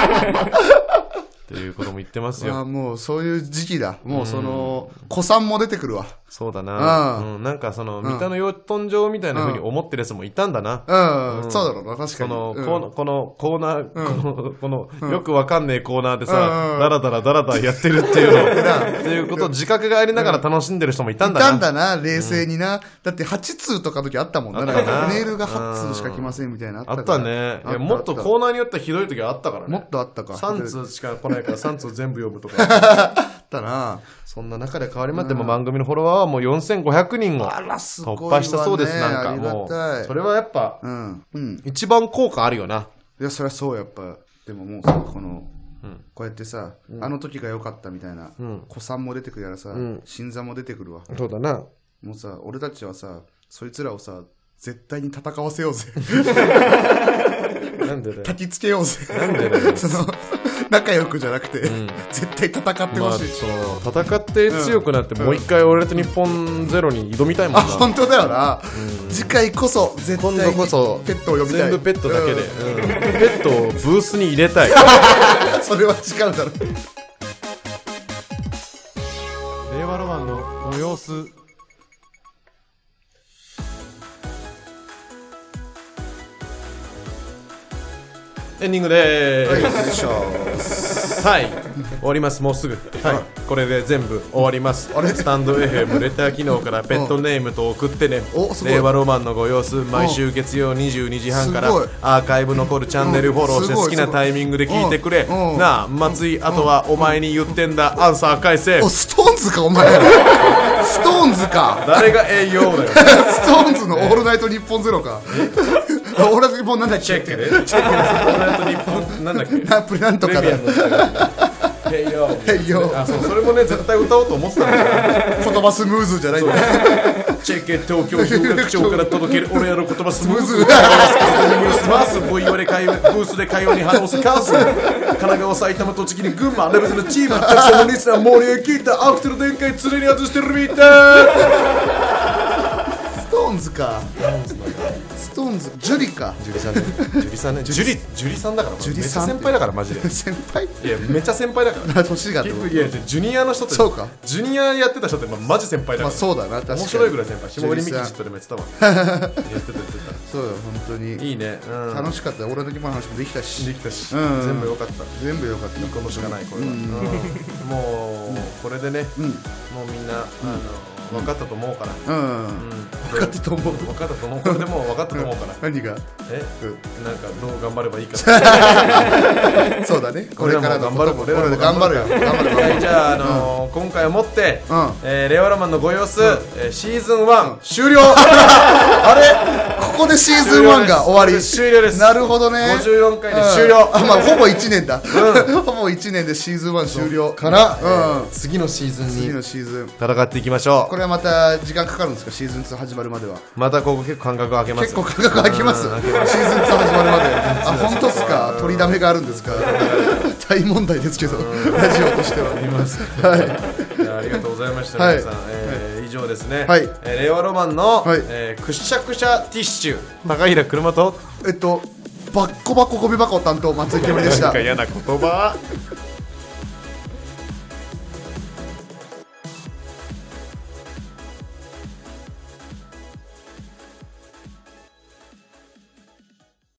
[SPEAKER 1] っていうことも言ってます
[SPEAKER 2] ああ、
[SPEAKER 1] よ。
[SPEAKER 2] もうそういう時期だ。もうその、子さんも出てくるわ。
[SPEAKER 1] そうだな。
[SPEAKER 2] う
[SPEAKER 1] うん、なんかその、三田の養豚場みたいな風に思ってるやつもいたんだな。
[SPEAKER 2] うん、そうだろうな、確か
[SPEAKER 1] そ
[SPEAKER 2] に。
[SPEAKER 1] の、
[SPEAKER 2] うん
[SPEAKER 1] この、このコーナー、この、この、よくわかんねえコーナーで
[SPEAKER 2] うんう
[SPEAKER 1] さ、
[SPEAKER 2] ん
[SPEAKER 1] だらだらだらだらやってるっていうの、っていうことを自覚がありながら楽しんでる人もいたんだ
[SPEAKER 2] いた
[SPEAKER 1] な。
[SPEAKER 2] んだな、冷静にな。だって8通とかの時あったもんな。
[SPEAKER 1] あっ
[SPEAKER 2] な
[SPEAKER 1] た
[SPEAKER 2] ん
[SPEAKER 1] な
[SPEAKER 2] かメールが8通しか来ませんみたいな。
[SPEAKER 1] あっ
[SPEAKER 2] から
[SPEAKER 1] たね。い
[SPEAKER 2] あ
[SPEAKER 1] や、
[SPEAKER 2] た
[SPEAKER 1] もっと
[SPEAKER 2] あた
[SPEAKER 1] コーナーによってはひどい時あったから
[SPEAKER 2] も
[SPEAKER 1] ね
[SPEAKER 2] っ。とあったか。
[SPEAKER 1] 3
[SPEAKER 2] あ
[SPEAKER 1] 通しか来ない から3通全部読むとか。
[SPEAKER 2] ったな。
[SPEAKER 1] そんな中で変わりまって、もう番組のフォロワーはもう4500人を
[SPEAKER 2] あら、すごいわ、ね。
[SPEAKER 1] 突破したそうです、なんか
[SPEAKER 2] ありが
[SPEAKER 1] も
[SPEAKER 2] た
[SPEAKER 1] う。
[SPEAKER 2] い。
[SPEAKER 1] それはやっぱ、
[SPEAKER 2] うん。うん。
[SPEAKER 1] 一番効果あるよな。
[SPEAKER 2] いや、そりゃそう、やっぱ。でももうさ、この、こうやってさ、あの時が良かったみたいな、子さんも出てくるやらさ、新座も出てくるわ。
[SPEAKER 1] そうだな。
[SPEAKER 2] もうさ、俺たちはさ、そいつらをさ、絶対に戦わせようぜ。
[SPEAKER 1] なんでだよ。
[SPEAKER 2] 焚きつけようぜ。
[SPEAKER 1] なんでだよ。
[SPEAKER 2] その、仲良くじゃなくて、絶対戦って
[SPEAKER 1] ま
[SPEAKER 2] ほ
[SPEAKER 1] あ、
[SPEAKER 2] しい。
[SPEAKER 1] その戦って強くなって、もう一回俺と日本ゼロに挑みたいもん
[SPEAKER 2] あ
[SPEAKER 1] な、
[SPEAKER 2] 本当だよな、次回こそ絶対に
[SPEAKER 1] 今度こそ
[SPEAKER 2] ペットを呼びた
[SPEAKER 1] 全
[SPEAKER 2] い
[SPEAKER 1] 部ペットだけで、
[SPEAKER 2] うん
[SPEAKER 1] うんペットをブースに入れ たい
[SPEAKER 2] それは違うだろ
[SPEAKER 1] 令和ロマンのご様子エンディングでー
[SPEAKER 2] よいしょ
[SPEAKER 1] すはい、終わりますもうすぐはいこれで全部終わります
[SPEAKER 2] あれ
[SPEAKER 1] スタンド FM レター機能からペットネームと送ってね
[SPEAKER 2] おすごい
[SPEAKER 1] 令和ロマンのご様子毎週月曜22時半から
[SPEAKER 2] すごい
[SPEAKER 1] アーカイブ残るチャンネルフォローして
[SPEAKER 2] うんす
[SPEAKER 1] 好
[SPEAKER 2] ごい
[SPEAKER 1] きなタイミングで聞いてくれ
[SPEAKER 2] すごいうん
[SPEAKER 1] なあ松井あとはお前に言ってんだアンサー返せ
[SPEAKER 2] おストーンズかお前ストーンズか
[SPEAKER 1] 誰が栄養だよ
[SPEAKER 2] ストーンズの「オールナイトニッポンゼロかオールナイトニッポンなんだっ
[SPEAKER 1] チ
[SPEAKER 2] け
[SPEAKER 1] ェックでチェックで日本なんだ っけ
[SPEAKER 2] ナプなんと
[SPEAKER 1] プレ
[SPEAKER 2] か
[SPEAKER 1] ミア
[SPEAKER 2] だ
[SPEAKER 1] ムだったから栄養
[SPEAKER 2] いよ
[SPEAKER 1] あそうそれもね絶対歌おうと思ってたんだよ
[SPEAKER 2] 言葉スムーズじゃないんだ
[SPEAKER 1] チェケ東京有楽町から届ける俺らの言葉スムーズ
[SPEAKER 2] ム
[SPEAKER 1] ブ
[SPEAKER 2] ーズ
[SPEAKER 1] ースマースボイワレ会話ブースで会話に反応するカース神奈川埼玉栃木に群馬レベルのチームたくさんのリスナー盛り上げたアクセル展開常に外してるみたい
[SPEAKER 2] ストーンズかストーンズジュリか
[SPEAKER 1] ジュリさんねジュリさんねジュリジュリさんだからジ
[SPEAKER 2] ュリさん
[SPEAKER 1] めっちゃ先輩だからマジで
[SPEAKER 2] 先輩
[SPEAKER 1] いやめっちゃ先輩だから
[SPEAKER 2] あ年がってこと
[SPEAKER 1] いやいやジュニアの人って
[SPEAKER 2] そうか
[SPEAKER 1] ジュニアやってた人ってまあマジ先輩だか
[SPEAKER 2] ま
[SPEAKER 1] ら
[SPEAKER 2] あそうだな確かに
[SPEAKER 1] 面白いぐらい先輩下降りミキジ
[SPEAKER 2] ジュリさん
[SPEAKER 1] ットでもや ってたわやってたやって
[SPEAKER 2] そうよ本当
[SPEAKER 1] た
[SPEAKER 2] に
[SPEAKER 1] いいねうん
[SPEAKER 2] 楽しかった俺の時も話もできたし
[SPEAKER 1] できたし
[SPEAKER 2] うん
[SPEAKER 1] 全部良かった
[SPEAKER 2] 全部良かった
[SPEAKER 1] このしかないこれは、うんもうこれでね、もうみんな、あの分かったと思うから、
[SPEAKER 2] うん
[SPEAKER 1] 分かったと思う分かったと思うこれでもう分かったと思うから、
[SPEAKER 2] 何が
[SPEAKER 1] え
[SPEAKER 2] う
[SPEAKER 1] なんかどう頑張ればい いか
[SPEAKER 2] そうだねこれからのことも
[SPEAKER 1] 俺らも
[SPEAKER 2] 俺らも
[SPEAKER 1] 頑
[SPEAKER 2] 頑
[SPEAKER 1] 張
[SPEAKER 2] 張
[SPEAKER 1] る
[SPEAKER 2] るよ頑張 る
[SPEAKER 1] はいじゃあ、あのー今回をもって、
[SPEAKER 2] うん
[SPEAKER 1] えー令和ロマンのご様子、えーシーズン1、終 了あれ
[SPEAKER 2] ここでシーズン1が終わり
[SPEAKER 1] 終了です
[SPEAKER 2] なるほどね
[SPEAKER 1] 54回で終了
[SPEAKER 2] うんあまあほぼ1年だ ほぼ1年でシーズン1終了からうん
[SPEAKER 1] 次のシーズ
[SPEAKER 2] 次
[SPEAKER 1] ン
[SPEAKER 2] の
[SPEAKER 1] に
[SPEAKER 2] シーズン
[SPEAKER 1] 戦っていきましょう
[SPEAKER 2] これはまた時間かかるんですかシーズン2始まるまでは
[SPEAKER 1] またここ結構間隔空けます
[SPEAKER 2] 結構価格開きますシーズン2始ま るまであ本当っすか取りだめがあるんですか大問題ですけどラジオとしてははい
[SPEAKER 1] いやありがとうございました、
[SPEAKER 2] はい
[SPEAKER 1] 皆さん、えー以上ですね、
[SPEAKER 2] はい
[SPEAKER 1] えー令和ロマンの、
[SPEAKER 2] はい
[SPEAKER 1] えーくしゃくしゃティッシュ高平車と
[SPEAKER 2] えっとバッコバコゴミ箱担当松井煙でし
[SPEAKER 1] なん
[SPEAKER 2] た
[SPEAKER 1] か嫌な言葉